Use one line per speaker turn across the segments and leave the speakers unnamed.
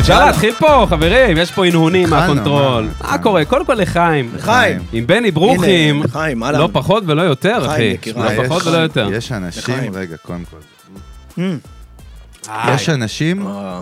אפשר להתחיל פה, חברים, יש פה הנהונים
התחלנו,
מהקונטרול. מה קורה? קודם כל לחיים.
לחיים.
עם בני ברוכים,
הנה, לחיים, אהלן.
לא פחות ולא יותר,
לחיים,
אחי.
יקיריי.
לא
מה, יש-
פחות ולא יותר.
יש אנשים,
לחיים.
רגע, קודם כל. Hmm.
אמ.
יש אנשים,
אה,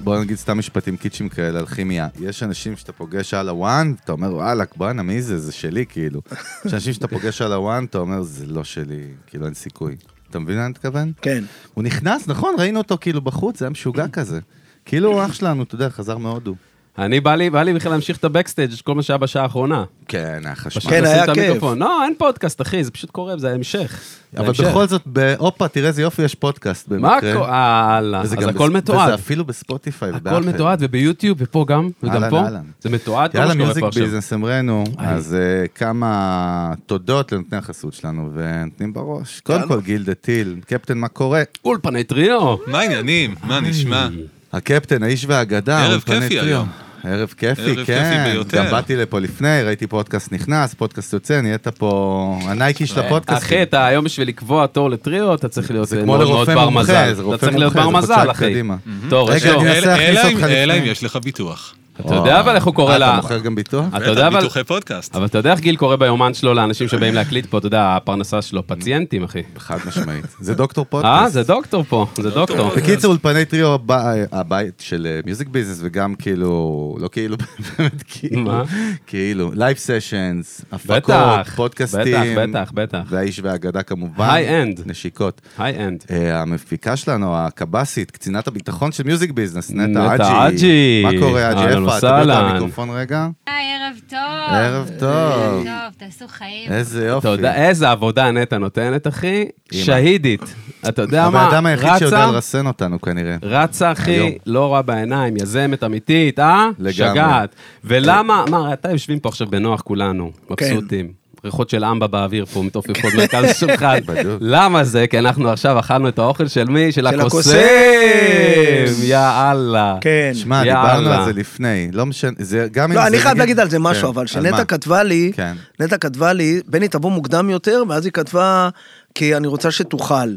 בוא נגיד סתם משפטים קיצ'ים כאלה על כימיה. יש אנשים שאתה פוגש על הוואן, אתה אומר, וואלכ, בואנה, מי זה? זה שלי, כאילו. יש אנשים שאתה פוגש על הוואן, אתה אומר, זה לא שלי, כאילו, אין סיכוי. אתה מבין מה אני מתכוון?
כן.
הוא נכנס, נכון, ראינו אותו כאילו בחוץ, זה היה משוגע כזה. כאילו הוא אח שלנו, אתה יודע, חזר מהודו.
אני, בא לי- בא לי בכלל להמשיך את הבקסטייג', כל מה שהיה בשעה האחרונה.
כן, היה
פשוט
חשמל.
כן,
לשים
היה
את
כיף.
המיקרופון. לא, אין פודקאסט, אחי, זה פשוט קורה, זה ההמשך. זה
אבל
ההמשך.
בכל זאת, הופה, תראה איזה יופי, יש פודקאסט
מה
במקרה.
הכל? הלאה, אז
וזה גם
הכל
בס- וזה
מתועד.
אפילו בספוטיפיי.
הכל
ובאחר.
מתועד, וביוטיוב, ופה גם, וגם
אהלן,
פה.
אהלן.
זה מתועד, כל מה
יאללה,
שקורה
מיוזיק
פה עכשיו.
ביזנס אמרנו,
היי.
אז אה, כמה תודות לנותני החסות שלנו, ונותנים בראש. קודם כל, גילדה טיל, קפטן, מה קורה?
אולפני טריו.
מה העניינים? מה נשמע?
הקפטן, האיש והאגדה,
ערב
אולפני
כיפי
טריו.
היום.
ערב כיפי,
ערב כיפי
כן.
ביותר.
גם באתי לפה לפני, ראיתי פודקאסט נכנס, פודקאסט יוצא, נהיית פה הנייקי של הפודקאסט.
אה, אחי, אתה היום בשביל לקבוע תור לטריו, אתה צריך להיות
זה
אה,
כמו
מאוד מאוד
לרופא
בר
מומחה,
מזל.
זה
אתה
רופא
צריך להיות
מומחה,
בר
זה
מזל,
חודשיים
אחי. Mm-hmm.
קדימה.
תור,
רגע,
יש תור.
אני אנסה להכניס
אלא אם-
אותך לפני.
אלא אם יש לך ביטוח.
אתה יודע אבל איך הוא קורא
אה,
לה...
אתה מוכר גם ביטוח?
אתה יודע
בטח,
אבל...
ביטוחי פודקאסט.
אבל אתה יודע איך גיל קורא ביומן שלו לאנשים שבאים להקליט פה, אתה יודע, הפרנסה שלו, פציינטים, אחי.
חד משמעית. זה דוקטור פודקאסט.
אה, זה דוקטור פה, זה דוקטור.
בקיצור, אולפני טריו הבית- הבית של מיוזיק ביזנס, וגם כאילו, לא כאילו, באמת כאילו,
מה?
כאילו, לייב סשנס, הפקות,
בטח,
פודקאסטים,
בטח, בטח, בטח.
והאיש והאגדה כמובן,
High end.
נשיקות.
היי אנד.
אה, המפיקה שלנו, הקב"סית, קצינת הביטחון של מיוזיק ביזנס,
נטע
נטע אג'י.
אג'י.
מה קורה, אג'י?
אהלן
איפה? אתה מדבר
וסהלן.
במיקרופון רגע?
היי, ערב טוב.
ערב טוב.
ערב טוב, תעשו חיים.
איזה יופי.
אתה יודע איזה עבודה נטע נותנת, אחי?
אמא.
שהידית. אתה יודע מה?
הבן אדם היחיד שיודע
רצה-
לרסן אותנו כנראה.
רצה,
היום.
אחי, לא רואה בעיניים, יזמת אמיתית, אה?
לגמרי.
שגעת. ולמה, מה, הרי אתה יושבים פה עכשיו בנוח כולנו,
כן.
מבסוטים. ריחות של אמבה באוויר פה, מתעופפות מרכז השולחן.
בדיוק.
למה זה? כי אנחנו עכשיו אכלנו את האוכל של מי? של
של
הקוסם!
הקוסם.
יאללה.
כן.
שמע,
יאללה.
דיברנו על זה לפני, לא משנה, זה גם אם
לא,
זה...
אני חייב
נגיד-
להגיד על זה
כן,
משהו, אבל
על
שנטע
מה?
כתבה לי,
כן.
נטע כתבה לי, בני תבוא מוקדם יותר, ואז היא כתבה, כי אני רוצה שתאכל.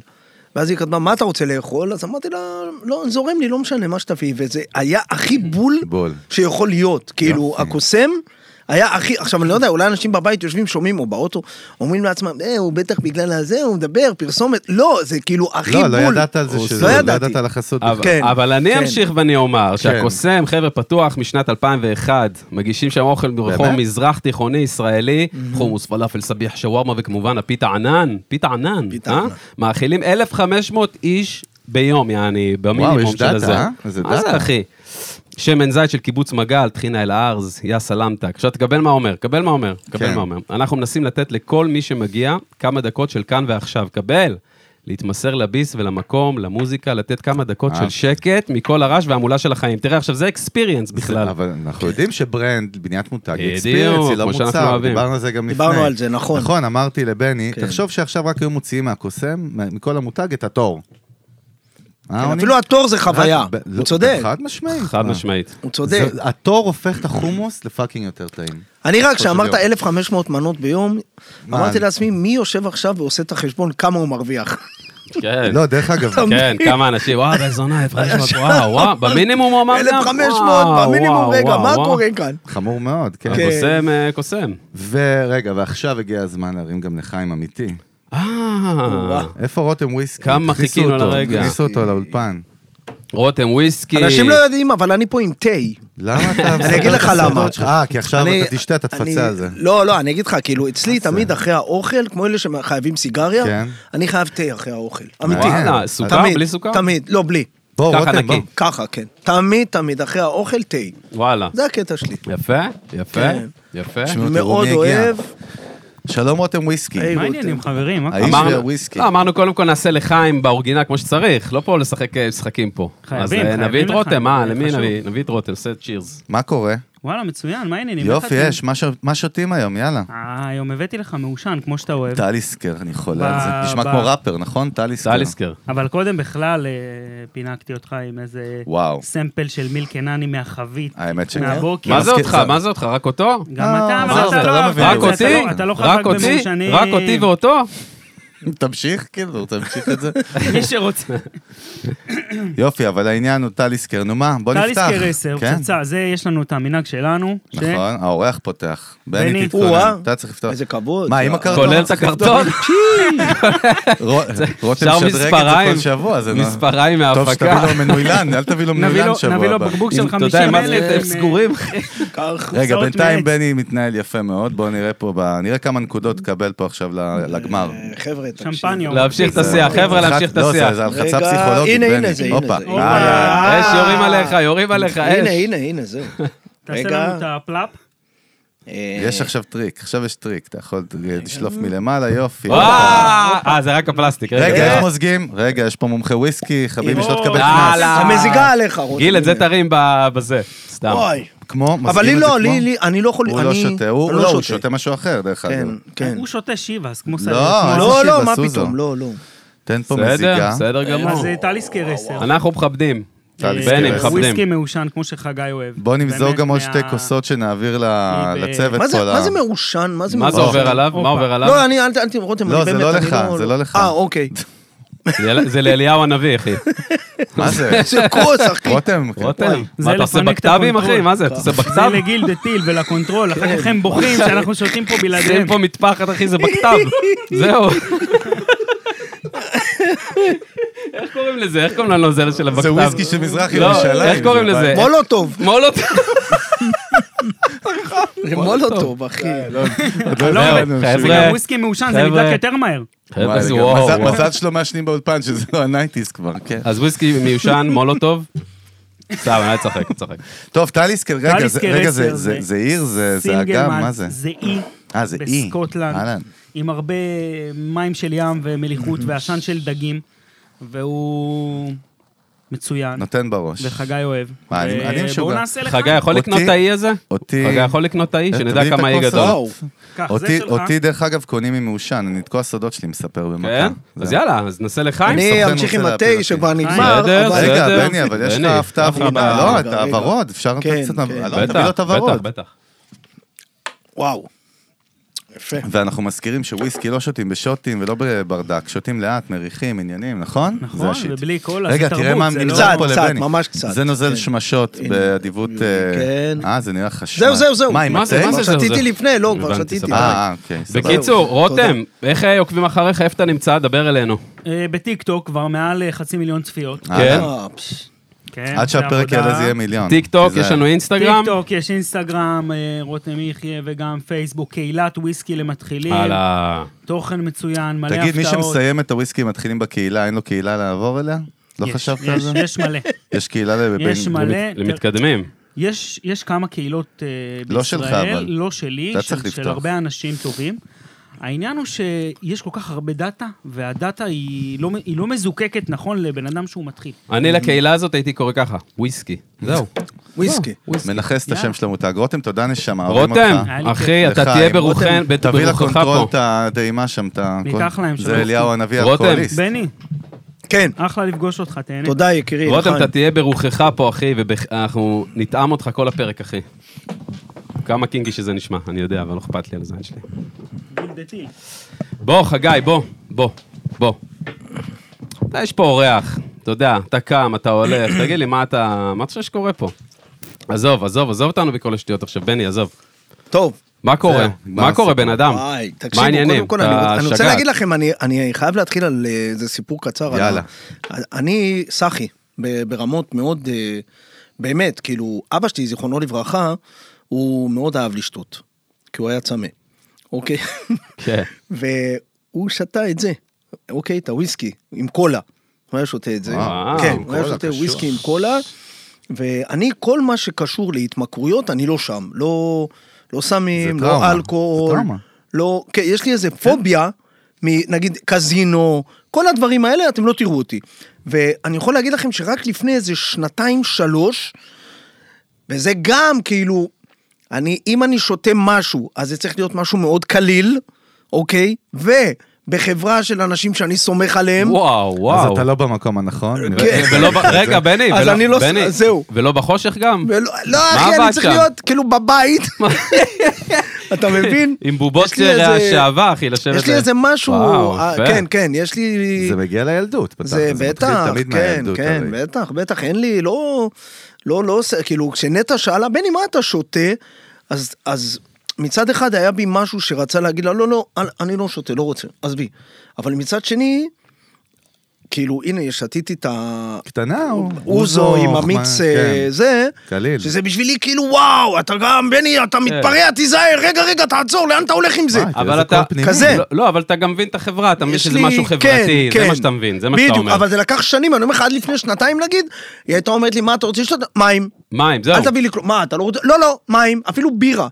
ואז היא כתבה, מה אתה רוצה לאכול? אז אמרתי לה, לא, זורם לי, לא משנה מה שתביאי. וזה היה הכי בול
כן, בול.
שיכול להיות. כאילו,
יופי.
הקוסם היה הכי, עכשיו אני לא יודע, אולי אנשים בבית יושבים, שומעים, או באוטו, אומרים לעצמם, אה, הוא בטח בגלל הזה, הוא מדבר, פרסומת. לא, זה כאילו הכי בול.
לא, לא ידעת על זה,
הוא-
שזה,
לא
לא
ידעתי.
ידעת על החסות.
אבל,
כן,
אבל אני
כן.
אמשיך ואני אומר שהקוסם, חבר'ה פתוח משנת 2001, מגישים שם אוכל מרחוב
באמת?
מזרח תיכוני ישראלי, חומוס, פלאפל, סביח, שווארמה וכמובן הפיתה ענן, פיתה ענן,
פיתה
אה?
ענן.
מאכילים 1,500 איש ביום, יעני,
וואו,
במינימום
יש
של
דאטה,
הזה.
אה? איזה
מה זה
דאטה.
אחי? שמן זית של קיבוץ מגל, טחינה אל ארז, יא סלמתק. עכשיו תקבל מה אומר, קבל מה אומר, קבל
כן.
מה אומר. אנחנו מנסים לתת לכל מי שמגיע כמה דקות של כאן ועכשיו, קבל. להתמסר לביס ולמקום, למוזיקה, לתת כמה דקות
אה.
של שקט מכל הרעש וההמולה של החיים. תראה, עכשיו זה אקספיריאנס בכלל. כן.
בכלל. אבל אנחנו יודעים שברנד, בניית מותג,
בדיוק,
אקספיריאנס היא לא
כמו שאנחנו
מוצר,
אוהבים.
דיברנו על זה גם לפני.
דיברנו על זה, נכון.
נכון, אמרתי לבני,
כן.
תחשוב שעכשיו רק היו מוציאים מהקוסם, מכל המותג, את התור. אה,
כן,
עוני?
אפילו התור זה חוויה.
רק ב-
הוא
לא,
צודק,
חד משמעית.
חד
מה?
משמעית.
הוא צודק.
זה- התור הופך את החומוס לפאקינג יותר טעים.
אני רק,
בסופו של
כשאמרת
יום.
1,500 מנות ביום,
מה,
אמרתי
אני-
לעצמי, מי יושב עכשיו ועושה את החשבון כמה הוא מרוויח?
כן.
לא, דרך אגב,
כן, כמה אנשים, וואו, איזה זונה, 1,500, וואו, וואו, במינימום הוא אמר גם,
1,500
וואו,
במינימום,
וואו,
רגע,
וואו,
מה
וואו.
קורה כאן?
חמור מאוד, כן.
כן.
קוסם, אה, קוסם.
ורגע, ועכשיו הגיע הזמן להרים גם לחיים אמיתי.
אה,
איפה רותם וויסקי?
כמה
הכניסו
חיכינו
אותו,
לרגע.
הכניסו אותו לאולפן.
רותם וויסקי.
אנשים לא יודעים, אבל אני פה עם תה.
למה אתה...
אני אגיד לך למה.
אה, כי עכשיו
אני-
אתה תשתה, אתה
אני-
תפצה על זה. אה,
לא, לא, אני אגיד לך, כאילו, אצלי תמיד אחרי האוכל, כמו אלה שחייבים סיגריה,
כן.
אני חייב תה אחרי האוכל. אמיתי.
וואלה, סוכר?
תמיד,
בלי סוכר?
תמיד, לא, בלי.
בוא,
ככה
רותם, בוא.
נקי.
ככה, כן. תמיד, תמיד, אחרי האוכל, תה.
וואלה.
זה הקטע שלי.
יפה, יפה,
כן.
יפה.
תשמעו, תראו
מאוד
מי הגיע.
אוהב.
שלום רותם וויסקי.
היי,
מה
רותם.
העניינים חברים? מה
האיש והוויסקי.
לא, אמרנו קודם כל נעשה לחיים באורגינה כמו שצריך, לא פה לשחק אה, משחקים פה.
חייבים,
אז אה,
חייבים
נביא את
לחיים,
רותם, מה,
זה
למי
חשוב.
נביא? נביא את רותם, עושה צ'ירס.
מה קורה?
וואלה, מצוין, מה העניינים? איך
יופי,
אתם?
יש, מה ש- מה שותים היום, יאללה.
אה, היום הבאתי לך מעושן, כמו שאתה אוהב.
טליסקר, אני חולה על
אה, ב-
זה. נשמע
ב-
כמו ראפר, נכון? טליסקר.
סליסקר.
אבל קודם בכלל אה, פינקתי אותך עם איזה
וואו.
סמפל של מילק ענני מהחבית,
האמת שכן.
מהבוקר.
מה זה
מסכים,
אותך?
זה-
מה זה אותך? רק אותו?
גם
אה,
אתה,
מה
אבל
זה,
אתה
אתה
לא...
לא
אבל
מבין.
אתה
רק
זה,
לא-
אותי?
אתה לא חזק
רק אותי?
במעושנים.
רק אותי ואותו?
תמשיך, כאילו, תמשיך את זה.
מי שרוצה.
יופי, אבל העניין הוא טליסקר, נו מה, בוא נפתח.
טליסקר 10,
כן,
פצצה, זה יש לנו את המנהג שלנו. ש-
נכון, האורח פותח. בני,
כן. בני.
או-אה.
תתכונן, אתה צריך לפתוח.
איזה כבוד.
מה, עם הקרטון?
כולל את הקרטון?
רו- רותם
שר
משדרג את זה
מספריים.
כל שבוע, זה נורא.
מספריים
טוב
מההפקה.
שתביא לו מנוילן, אל תביא לו
נביא
מנוילן
לו-
שבוע
נביא לו
הבא.
בקבוק
אם-
של אה,
אתה
50
יודע,
אלף.
מה זה, הם סגורים?
רגע,
קופסאות
בינתיים
מלט.
בני מתנהל יפה מאוד, בואו נראה פה, ב- נראה כמה נקודות תקבל פה עכשיו ל- לגמר.
אה, חבר'ה, תקשיב.
שמפניה.
להמשיך את השיח, אה,
אה,
חבר'ה, להמשיך את
לא,
השיח.
זה- זה הלחצה
רגע,
פסיכולוגית,
הנה,
בני.
הנה זה, הנה
הופה. אה,
זה.
איי,
אה,
איי, איי.
אש, יורים עליך, יורים עליך,
הנה,
אש.
הנה, הנה, זהו.
תעשה
רגע.
לנו את הפלאפ.
אה,
יש עכשיו טריק, עכשיו יש טריק, אתה יכול לשלוף מלמעלה, יופי.
אה, אה, זה רק הפלסטיק.
רגע,
רגע. אה, לא.
איך מוזגים? רגע, יש פה מומחה וויסקי, חביבי שלא תקבל קנס.
יאללה.
המזיגה עליך, רותם.
גיל, את זה תרים ב- בזה. סתם.
וואי.
אה,
כמו,
אבל
מזגים
לי
את זה
לא,
כמו?
לי, לי, אני לא יכול,
הוא
אני...
לא שותה, הוא
אני
לא, הוא שותה משהו אחר, דרך אגב.
כן, כן.
הוא שותה שיבאס, כמו סרט.
לא,
לא,
איזה
לא, מה
שיבסוזו.
פתאום, לא, לא.
תן פה
בסדר,
מזיגה.
בסדר גמור.
אז אה, טליסקר 10.
אנחנו מכבדים.
טליסקר
בני,
לא. עשר.
מכבדים.
וויסקי מעושן, כמו שחגי אוהב.
בוא נמזוג
באמת
גם עוד
מה-
שתי כוסות שנעביר ל-
אני ב-
לצוות
מה זה-
כל ה...
מה זה מעושן? מה זה
מה זה
מעושן?
עובר עליו? מה
הופה.
עובר
לא,
עליו?
אני, אל ת- אל תמרותם,
לא,
אני
זה
באמת,
לא
אני
לך, זה לא לך.
אה, אוקיי.
זה- זה לאליהו הנביא, אחי.
מה זה?
זה כוס, אחי.
רותם, כן.
רותם,
זה
מה אתה עושה
לפנק את
בקת"בים, אחי?
הקונטרול.
מה זה, אתה עושה
זה
בקת"ב?
לגיל דתיל ולקונטרול,
כן.
אחר כך הם בוכים שאנחנו שותים פה
אין
בלעדיהם.
פה מטפחת, אחי, זה בקת"ב. זהו. איך קוראים לזה? איך קוראים לנוזל של הבקת"ב?
זה וויסקי של מזרח
לא,
ירושלים.
איך קוראים לזה?
מולוטוב.
מולוטוב.
מולוטוב, אחי.
לא,
זהו,
זה
חבר'ה,
גם וויסקי מעושן, זה
חבר'ה.
נבדק יותר מהר.
חבר'ה, זה
מזל-
וואו, וואו.
מזל שלא מעשנים באולפן, שזה לא הנייטיז כבר, כן.
אז וויסקי מיושן, מולוטוב. סתם, אני צוחק, אני צוחק.
טוב, טליסקר, רגע, זה-
טליסקר
רגע, זה- זה-
עשר, זה-
זה עיר, זה זה אגם,
סינגלמן
מה זה?
זה אי.
אה, זה אי. אהלן.
בסקוטלנד. עם הרבה מים של ים ומליחות ועשן של דגים. והוא מצוין.
נותן בראש.
וחגי אוהב.
מה, אני-
אה,
אני משוגע.
בואו נעשה לך.
חגי, יכול לקנות
אותי-
את האי הזה?
אותי-
חגי, יכול לקנות את האי?
אה,
שנדע
תביא את
כמה האי
הכוס
גדול.
הזאת.
קח, זה
אותי,
שלך.
אותי דרך אגב קונים עם מעושן, אני את כל הסודות שלי מספר במכה.
כן? אז יאללה, אז ננסה לחיים.
סוכן
אני אמשיך
רוצה
עם
להפיל אותי.
התה שכבר נגמר,
בסדר,
אבל...
רגע,
בסדר.
בני, אבל יש לך
בני,
הפתעה
הפתעה.
אחרונה. לא, את
רגע, רגע.
הוורוד, אפשר לתת
כן,
קצת...
כן.
לא,
בטח,
תביא לו את
בטח,
הוורוד.
בטח.
וואו. יפה.
ואנחנו מזכירים שוויסקי לא שותים בשוטים ולא בברדק, שותים לאט, מריחים, עניינים, נכון?
נכון,
זה השיט.
ובלי קולה,
רגע,
זה
תראה
תרבות,
מה
זה
נמצא
לא-
פה
קצת,
לבני.
קצת, ממש קצת,
זה נוזל
כן.
שמשות באדיבות... אה,
כן.
אה, זה נראה חשמל.
זהו, זהו, זהו.
מה, עם
מה זה,
התה?
מה
כבר
זה, זהו,
שתיתי
זהו.
לפני, לא, כבר
הבנתי,
שתיתי.
סבבה.
אה, אה, אוקיי, סבבה.
בקיצור,
תודה.
רותם, איך אה, עוקבים אחריך? איפה אתה נמצא? דבר אלינו.
אה, בטיקטוק כבר מעל אה, חצי מיליון צפיות.
אה,
כן.
אה, פש.
כן,
עד
זה
שהפרק
עבודה.
יעלה זה יהיה מיליון.
טיק טוק,
תיזהר.
יש לנו אינסטגרם.
טיקטוק, יש אינסטגרם, אה, רותם יחיא וגם פייסבוק, קהילת וויסקי למתחילים.
הלאה.
אה, תוכן מצוין, מלא הפתעות.
תגיד, מי שמסיים את הוויסקי מתחילים בקהילה, אין לו קהילה לעבור אליה? לא
יש,
חשבת
יש,
על זה?
יש מלא.
יש קהילה לבין...
יש מלא.
למתקדמים.
יש, יש כמה קהילות אה, בישראל,
לא שלך, אבל.
לא שלי,
אתה צריך
של, של
לפתוח.
הרבה אנשים טובים. העניין הוא שיש כל כך הרבה דאטה, והדאטה היא לא, היא לא מזוקקת נכון לבן אדם שהוא מתחיל.
אני
אה.
לקהילה הזאת הייתי קורא ככה, וויסקי. זהו.
וויסקי.
מנכס את השם
יאללה.
של המותג. רותם, תודה נשמה, אוהבים אותך.
רותם,
היה לי
אחי,
לך,
אתה תהיה
עם
ברוחן,
רותם, תביא
ברוחך
לקונטרול
פה.
את הטעימה שם, את ה...
ניקח להם
זה
שלוש.
אליהו הנביא
רותם.
האלכוהוליסט.
בני,
כן,
אחלה לפגוש אותך, תהנה.
תודה יקירי. נכון.
רותם,
לחיים.
אתה תהיה ברוחך פה, אחי, ואנחנו נטעם אותך כל הפרק, אחי. כמה קינגי שזה נשמע, אני יודע, אבל לא אכפת לי על הזין שלי.
בולדתי.
בוא, חגי, בוא, בוא, בוא. אתה, יש פה אורח, אתה יודע, אתה קם, אתה הולך, תגיד לי, מה אתה, מה אתה חושב שקורה פה? עזוב, עזוב, עזוב אותנו בכל השטויות עכשיו, בני, עזוב.
טוב.
מה קורה?
זהו, נגמר
מה קורה, בן אדם?
וואי,
מה
תקשיבו,
העניינים?
קודם כל, אני רוצ-
אתה
אני רוצה
שגעת.
להגיד לכם, אני- אני חייב להתחיל על אה, איזה סיפור קצר. על
יאללה.
ה- אני סאחי, ב- ברמות מאוד, אה, באמת, כאילו, אבא שלי, זיכרונו לברכה, הוא מאוד אהב לשתות, כי הוא היה צמא, אוקיי?
כן.
והוא שתה את זה, אוקיי? את הוויסקי, עם קולה. הוא היה שותה את זה.
וואו,
כן, הוא
אה,
היה
קולה,
שותה
קשוח.
וויסקי עם קולה. ואני, כל מה שקשור להתמכרויות, אני לא שם. לא, לא סמים,
זה טראומה,
לא
זה
אלכוהול.
טראומה.
לא, כן, יש לי איזה פוביה, מ- נגיד קזינו, כל הדברים האלה, אתם לא תראו אותי. ואני יכול להגיד לכם שרק לפני איזה שנתיים, שלוש, וזה גם כאילו, אני, אם אני שותה משהו, אז זה צריך להיות משהו מאוד קליל, אוקיי? ובחברה של אנשים שאני סומך עליהם,
וואו,
אז
וואו. אה,
אתה לא במקום הנכון.
כן.
ולא ב- רגע, בני,
אז
ולא-
אני לא-
בני,
זהו.
ולא בחושך גם?
ולא, לא
מה
אחי,
עבד
אני צריך
שם?
להיות כאילו בבית, אתה מבין?
עם בובות
יש לי איזה-
שעבה, אחי, לשבת...
יש לי איזה משהו...
וואו,
אה,
יפה.
כן, כן, יש לי...
זה מגיע לילדות, פתח,
זה
מתחיל
בטח,
תמיד
כן,
מהילדות,
כן,
הרי.
בטח, בטח, אין לי, לא, לא, לא, עושה- כאילו, כשנטע שאלה, בני, מה אתה שותה? אז, אז מצד אחד היה בי משהו שרצה להגיד לה, לא, לא, אל- אני לא שותה, לא רוצה, עזבי. אבל מצד שני, כאילו, הנה, שתיתי את ה...
קטנה או...
אוזו עם
כן, מה-
המיץ
כן.
אה, זה,
קליל.
שזה בשבילי כאילו וואו, אתה גם, בני, אתה מתפרע, תיזהר, רגע, רגע, תעצור, לאן אתה הולך עם זה?
וואי,
אבל
איזה
אתה...
קול פנימי.
כזה.
לא, לא, אבל אתה גם מבין את החברה, אתה מבין
יש
שזה
לי-
משהו חברתי,
כן,
זה מה
כן.
שאתה מבין, זה מה שאתה
בדיוק,
אומר.
אבל זה לקח שנים, אני אומר לך, עד לפני שנתיים נגיד, היא הייתה אומרת לי, מה אתה רוצה לשתות? מים.
מים, זהו.
אל תביא לי כלום. מה, אתה לא רוצה? לא, לא, מים, אפילו בירה.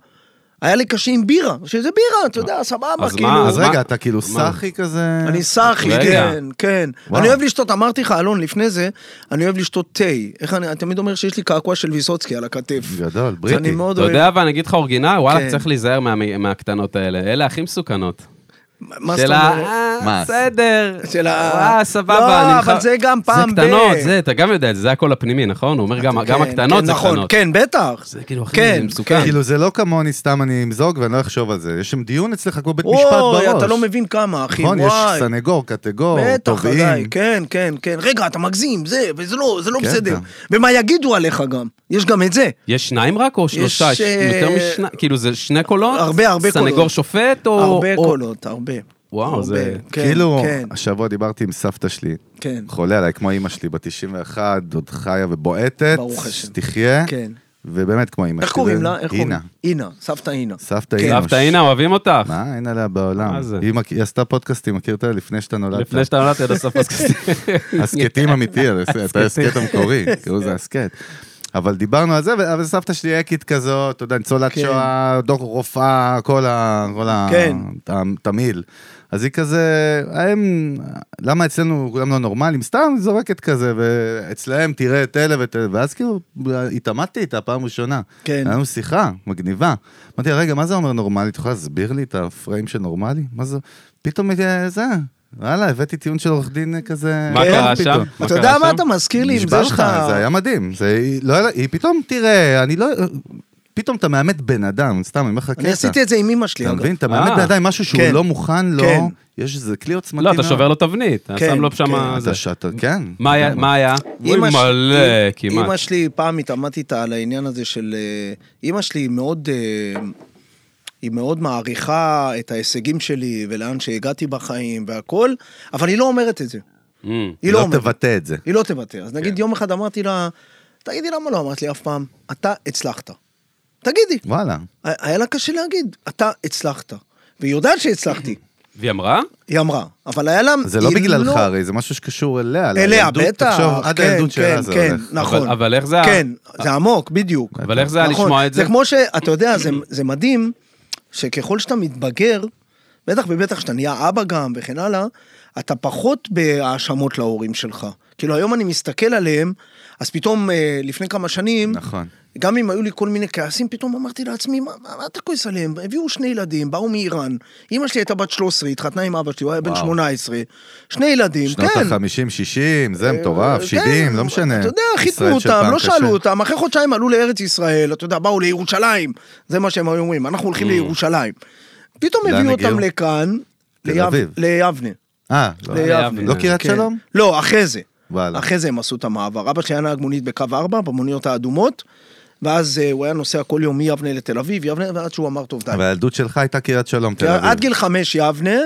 היה לי קשה עם בירה, שזה בירה, אתה יודע, סבבה,
אז מה,
כאילו.
אז
מה?
רגע, אתה כאילו
מה?
סאחי כזה...
אני סאחי,
רגע.
כן, כן.
וואו.
אני אוהב לשתות, אמרתי לך, אלון, לפני זה, אני אוהב לשתות תה. איך אני, אני תמיד אומר שיש לי קעקוע של ויסוצקי על הכתף.
גדול,
אז אני
בריטי.
מאוד
אתה
אוהב.
יודע, אבל אני אגיד לך אורגינל, וואלה,
כן.
צריך להיזהר מה- מהקטנות האלה. אלה הכי מסוכנות.
מה זאת
של ה...
אומרת?
אה, בסדר.
של ה-
אה, סבבה.
לא,
אני
אבל
מח-
זה גם פעם ב-
זה קטנות, זה, אתה גם יודע את זה, זה הקול הפנימי, נכון? הוא אומר, גם גם
כן,
הקטנות
כן,
זה
נכון,
קטנות.
כן, בטח.
זה כאילו, אחי,
כן,
זה מסוכן.
כאילו, זה לא כמוני, סתם אני אמזוג ואני לא אחשוב על זה. יש שם דיון אצלך כמו בית משפט בראש.
אוי, אתה לא מבין כמה, אחי,
נכון, יש
וואי.
סנגור, קטגור,
בטח, חגי,
תובעים.
כן, כן, כן. רגע, אתה מגזים, זה, וזה לא, זה לא
כן,
בסדר.
אתה.
ומה יגידו עליך גם? יש גם את זה.
יש שניים רק או שלושה? יש
אה,
יותר משני... כאילו, זה שני קולות?
הרבה, הרבה
סנגור
קולות.
שופט או...
הרבה
או-
קולות, הרבה.
וואו,
הרבה.
זה-
כן,
כאילו,
כן,
השבוע דיברתי עם סבתא שלי,
כן,
חולה עליי, כמו אימא שלי, בת 91, עוד חיה ובועטת,
ברוך השם.
שתחיה,
כן.
ובאמת כמו אימא שלי.
איך קוראים
זה-
לה? איך קוראים?
אינה.
אינה, סבתא אינה.
סבתא
כן.
אינה.
סבתא אינה, אה, אוהבים אותך.
מה, אין עליה בעולם.
מה זה?
היא מק- היא עשתה פודקאסטים, מכיר אותה? לפני שאתה נולדת.
לפני שאתה נולדת עד הסוף הסכסים.
הסכתים אמיתי, אתה הסכת המקורי, כאילו זה הסכת. אבל דיברנו על זה, ו- אבל סבתא שלי אקית כזאת, אתה יודע, ניצולת
כן.
שואה, דוק רופאה, כל ה... כל ה...
כן.
תמיל. אז היא כזה, הם, למה אצלנו כולם לא נורמלים? סתם זורקת כזה, ואצלהם תראה את אלה ואת אלה, ואז כאילו התעמתתי איתה פעם ראשונה.
כן.
היה לנו שיחה מגניבה. אמרתי לה, רגע, מה זה אומר נורמלי? את יכולה להסביר לי את הפריים של נורמלי? מה זה? פתאום היא, אה, זה, וואלה, הבאתי טיעון של עורך דין אה, כזה...
מה
כן,
קרה
פתאום.
שם? מה
אתה
קרה
יודע מה
שם?
אתה מזכיר לי עם
נשבע
זה
לך,
שאתה...
זה היה מדהים. זה, היא, לא, היה לה- היא פתאום, תראה, אני לא... פתאום אתה מאמת בן אדם, סתם, אני אומר לך קטע.
אני עשיתי את זה עם אמא שלי,
אתה
אגב.
מבין? אתה
אה.
מאמת בן אדם, משהו שהוא
כן.
לא מוכן לו,
כן.
יש איזה כלי עוצמתי
לא,
מאוד.
אתה שובר לו תבנית. אתה
כן,
שם לו שמה...
אתה
זה.
שאתה- כן.
מה היה? מה היה? אוי,
אמא ש- אמ,
מלא,
אמא
כמעט.
שלי, פעם התעמדתי איתה על העניין הזה של... אה, אמא שלי היא מאוד... אה, היא מאוד מעריכה את ההישגים שלי ולאן שהגעתי בחיים והכל, אבל היא לא אומרת את זה.
אמ.
היא לא
לא
אומרת.
תבטא את זה.
היא לא תוותר. אז נגיד יום אחד אמרתי לה, תגידי למה לא אמרת לי אף פעם, אתה הצלחת. תגידי.
וואלה.
היה- היה לה קשה להגיד, אתה הצלחת. והיא יודעת שהצלחתי,
והיא אמרה?
היא אמרה. אבל היה לה...
זה לא
היא
בגללך הרי, זה משהו שקשור אליה.
אליה,
לילדות.
בטח.
תחשוב, עד
כן,
הילדות
כן,
שלה זה
כן,
הולך.
נכון.
אבל- אבל איך זה ה- אה,
כן, זה עמוק, בדיוק.
אבל איך זה היה
נכון.
לשמוע את זה?
זה כמו שאתה יודע, זה, זה מדהים שככל שאתה מתבגר, בטח ובטח שאתה נהיה אבא גם וכן הלאה, אתה פחות בהאשמות להורים שלך. כאילו היום אני מסתכל עליהם, אז פתאום אה, לפני כמה שנים,
נכון.
גם אם היו לי כל מיני כעסים, פתאום אמרתי לעצמי, מה, מה, מה אתה כועס עליהם? הביאו שני ילדים, באו מאיראן. אימא שלי הייתה בת 13, התחתנה עם אבא שלי, הוא היה בן 18. שני ילדים,
שנות
כן.
ה-50, 60, זה מטורף,
כן,
70, לא משנה.
אתה יודע, חיתנו
ישראל של
אותם,
פעם
לא
קשה.
שאלו אותם, אחרי חודשיים עלו לארץ ישראל, אתה יודע, באו לירושלים, זה מה שהם היו אומרים, אנחנו הולכים לירושלים. פתאום
Mm. לאן
הביאו
הגיעו?
אותם לכאן,
תל
ליב-
אביב.
ליבנה.
אה, לא-
ליבנה.
לא קריית
כן.
שלום?
לא, אחרי זה.
וואלה.
אחרי זה הם עשו את המעבר. אבא שלי היה נהג מונית בקו 4, במוניות האדומות, ואז אה, הוא היה נוסע כל יום מיבנה לתל אביב, יבנה, ועד שהוא אמר, טוב, די.
אבל הילדות שלך הייתה קריית שלום, תל
כי
אביב.
עד גיל 5 יבנה,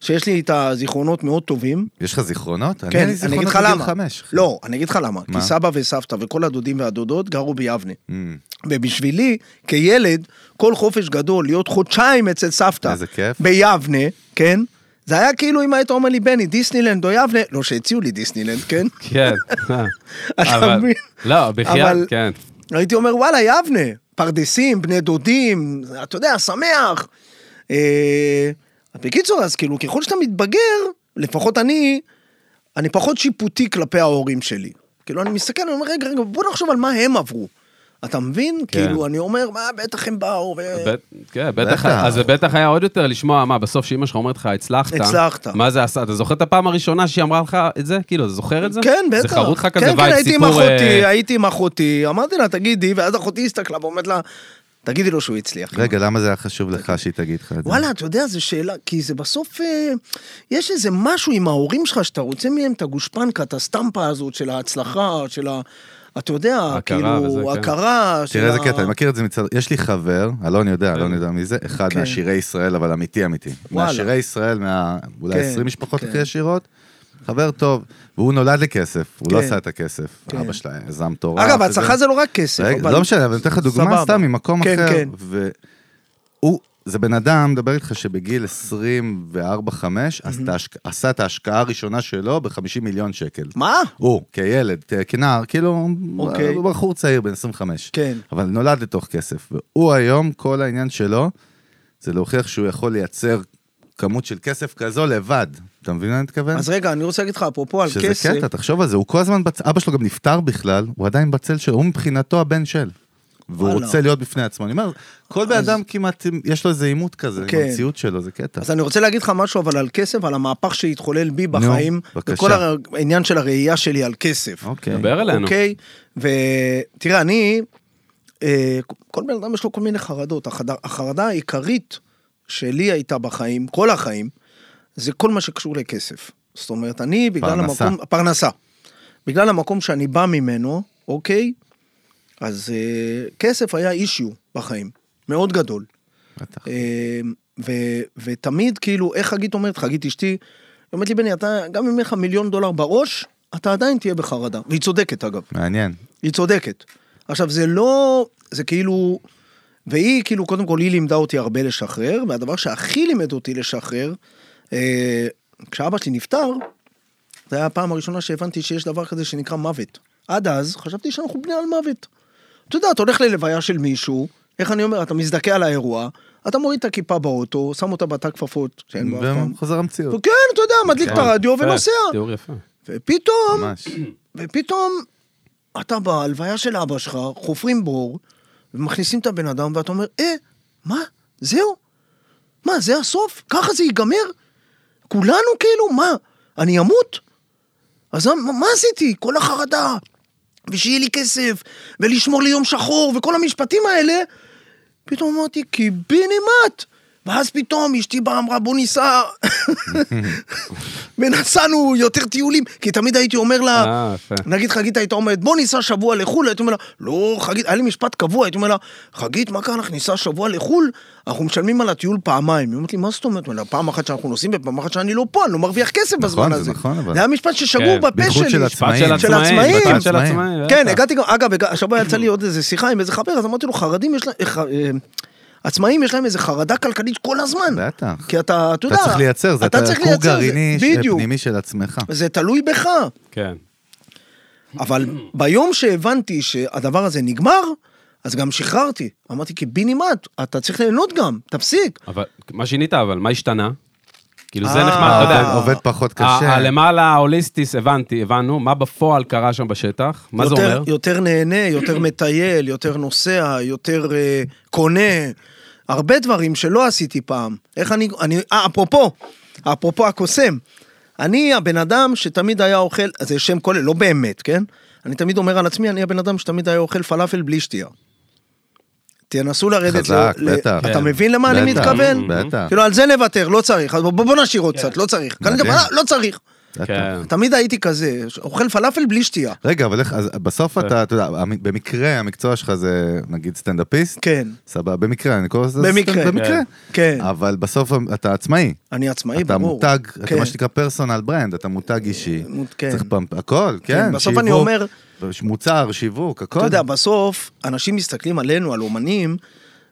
שיש לי את הזיכרונות מאוד טובים,
יש לך זיכרונות?
כן,
אין לי
אני אגיד
זיכרונות
לך למה.
מגיל חמש.
לא, אני אגיד לך למה.
מה?
כי סבא וסבתא וכל הדודים והדודות גרו ביבנה.
Mm,
ובשבילי, כילד, כל חופש גדול, להיות חודשיים אצל סבתא.
איזה כיף.
ביבנה, כן? זה היה כאילו אם היית אומר לי, בני, דיסנילנד או יבנה, לא שהציעו לי דיסנילנד, כן?
כן.
אתה
אבל-
מבין?
לא, בחייאת,
אבל-
כן.
הייתי אומר, וואלה, יבנה, פרדסים, בני דודים, אתה יודע, שמח. אה, בקיצור, אז כאילו, ככל שאתה מתבגר, לפחות אני, אני פחות שיפוטי כלפי ההורים שלי. כאילו, אני מסתכל, אני אומר, רגע, רגע, בוא נחשוב על מה הם עברו. אתה מבין?
כן.
כאילו, אני אומר, מה, בטח הם באו, ו...
בט- כן, בטח,
בטח.
אז זה בטח היה עוד יותר לשמוע, מה, בסוף שאימא שלך אומרת לך, הצלחת.
הצלחת.
מה זה עשה? אתה זוכר את הפעם הראשונה שהיא אמרה לך את זה? כאילו, אתה זוכר את זה?
כן, בטח.
זה חרוט לך
כן,
כזה
כן,
וייב,
הייתי עם
סיפור...
אחותי,
אה,
הייתי עם אחותי, אמרתי לה, תגידי, ואז אחותי הסתכלה ואומרת לה, תגידי לו שהוא הצליח.
רגע, למה זה היה חשוב לך שהיא תגיד לך את זה?
וואלה, אתה יודע, זו שאלה, כי זה בסוף, אה, יש איזה משהו עם ההורים שלך שאתה רוצה מהם את הגושפנקה, את הסטמפה הזאת של ההצלחה, של ה... אתה יודע,
הכרה וזה, כן.
כאילו, הכרה של
תראה איזה
ה-
קטע, אני מכיר את זה מצד... יש לי חבר, אלון יודע, אלון יודע מי זה, אחד
כן.
מעשירי ישראל, אבל אמיתי אמיתי.
וואלה.
מעשירי ישראל, מה... אולי
כן,
20 משפחות
כן.
הכי עשירות, חבר טוב, והוא נולד לכסף, הוא לא
כן.
עשה את הכסף.
כן.
אבא שלה יזם תורה.
אגב,
וזה.
ההצלחה זה לא רק כסף,
רגע,
אבל...
לא משנה, אבל אני אתן לך
סבבה.
דוגמה סתם ממקום
כן,
אחר.
כן.
והוא, זה בן אדם, מדבר איתך שבגיל 24-5, עשה את ההשקעה הראשונה שלו ב-50 מיליון שקל.
מה?
הוא, כילד, כ- כנער, כאילו,
אוקיי.
הוא בחור צעיר, בן 25.
כן.
אבל נולד לתוך כסף. והוא היום, כל העניין שלו, זה להוכיח שהוא יכול לייצר כמות של כסף כזו לבד. אתה מבין מה אני מתכוון?
אז רגע, אני רוצה להגיד לך, אפרופו על
שזה
כסף,
קטע, תחשוב על זה, הוא כל הזמן, בצ... אבא שלו גם נפטר בכלל, הוא עדיין בצל שלו, הוא מבחינתו הבן של. והוא
וואלה.
רוצה להיות בפני עצמו. אני אומר, כל בן
אז-
אדם כמעט, יש לו איזה עימות כזה,
כן.
עם המציאות שלו, זה קטע.
אז אני רוצה להגיד לך משהו אבל על כסף, על המהפך שהתחולל בי בחיים,
בבקשה.
וכל הר- העניין של הראייה שלי על כסף.
אוקיי.
דבר אלינו.
אוקיי? ותראה, אני, אה, כל בן אדם יש לו כל מיני חרדות. החד- החרדה העיקרית שלי הייתה בחיים, כל החיים, זה כל מה שקשור לכסף. זאת אומרת, אני בגלל
פרנסה.
המקום... פרנסה. בגלל המקום שאני בא ממנו, אוקיי? אז אה, כסף היה אישיו בחיים, מאוד גדול.
בטח.
אמ, ו- ותמיד כאילו, איך חגית אומרת, חגית אשתי, היא אומרת לי, בני, אתה, גם אם יהיה לך מיליון דולר בראש, אתה עדיין תהיה בחרדה. והיא צודקת, אגב.
מעניין.
היא צודקת. עכשיו, זה לא... זה כאילו... והיא, כאילו, קודם כל, היא לימדה אותי הרבה לשחרר, והדבר שהכי לימד אותי לשחרר, אה, כשאבא שלי נפטר, זו הייתה הפעם הראשונה שהבנתי שיש דבר כזה שנקרא מוות. עד אז, חשבתי שאנחנו בני על מוות. אתה יודע, אתה הולך ללוויה של מישהו, איך אני אומר, אתה מזדכה על האירוע, אתה מוריד את הכיפה באוטו, שם אותה בתא כפפות, שאין בו אף פעם.
וחוזר המציאות.
כן, אתה יודע, מדליק את הרדיו
יפה,
ונוסע.
כן, תיאור יפה.
ופתאום,
ממש.
ופתאום אתה בהלוויה של אבא שלך, חופרים בור, ומכניסים את הבן אדם, ואתה אומר, אה, מה? זהו? מה, זה הסוף? ככה זה ייגמר? כולנו כאילו, מה? אני אמות? אז מה, מה עשיתי? כל החרדה, ושיהיה לי כסף, ולשמור לי יום שחור, וכל המשפטים האלה, פתאום אמרתי, קיבינימט! ואז פתאום אשתי באה אמרה, בוא ניסע, ונסענו יותר טיולים, כי תמיד הייתי אומר לה,
אה, יפה.
נגיד חגית הייתה אומרת, בוא ניסע שבוע לחו"ל, הייתי אומר לה, לא, חגית, היה לי משפט קבוע, הייתי אומר לה, חגית, מה קרה לך, ניסע שבוע לחו"ל? אנחנו משלמים על הטיול פעמיים. היא אומרת לי, מה זאת אומרת? אני אומר לה, פעם אחת שאנחנו נוסעים ופעם אחת שאני לא פה, אני לא מרוויח כסף בזמן
זה
הזה.
נכון, אבל-
זה היה משפט ששגור
כן,
בפה
בייחוד של
שלי.
עצמאים.
משפט של
של
עצמאים.
עצמאים.
משפט של עצמאים.
כן,
בטח.
הגעתי גם, אגב, הגע- השבוע יצא לי עוד איזה שיחה עם איזה חבר, אז אמרתי לו, חרדים יש להם, אה, ח- אה, עצמאים יש להם איזה חרדה כלכלית כל הזמן.
בטח.
כי אתה, אתה
אתה
יודע,
צריך לייצר, זה
אתה צריך
כור
לייצר, זה-
גרעיני ש-
בדיוק. אה,
פנימי של עצמך.
זה תלוי בך.
כן.
אבל ביום שהבנתי שהדבר הזה נגמר, אז גם שחררתי. אמרתי, קיבינימט, אתה צריך ליהנות גם, תפסיק.
אבל מה שינית אבל, מה השתנה? כאילו זה
אה,
נחמד, אתה יודע. אה,
עובד- עובד פחות
ה-
קשה.
הלמעלה ההוליסטיס, הבנתי, הבנו, מה בפועל קרה שם בשטח, מה זה
יותר-
אומר?
יותר נהנה, יותר מטייל, יותר נוסע, יותר אה, קונה. הרבה דברים שלא עשיתי פעם. איך אני... אני- אה, אפרופו, אפרופו הקוסם. אני הבן אדם שתמיד היה אוכל, זה שם כולל, לא באמת, כן? אני תמיד אומר על עצמי, אני הבן אדם שתמיד היה אוכל פלאפל בלי שתייה. תנסו לרדת...
חזק,
ל- ל-
בטח.
אתה
כן.
מבין למה אני
בטח,
מתכוון?
בטח.
כאילו, על זה נוותר, לא צריך. אז בוא- בוא נשאיר עוד קצת, לא צריך. כאן גם,
מדהים.
אה, לא צריך.
כן.
תמיד הייתי כזה, אוכל פלאפל בלי שתייה.
רגע, אבל איך, אז בסוף
אה.
אתה, אתה יודע, המ- במקרה המקצוע שלך זה נגיד סטנדאפיסט?
כן.
סבבה, במקרה, אני קורא לזה
במקרה.
סטנד- במקרה.
כן.
אבל בסוף אתה עצמאי.
אני עצמאי,
אתה
ברור.
מותג, אתה
כן.
מה שנקרא פרסונל ברנד, אתה מותג אישי.
מות- כן.
צריך פעם, הכל, כן,
בסוף אני
שיווק,
אומר-
מוצר, שיווק, הכל.
אתה יודע, בסוף, אנשים מסתכלים עלינו, על אומנים,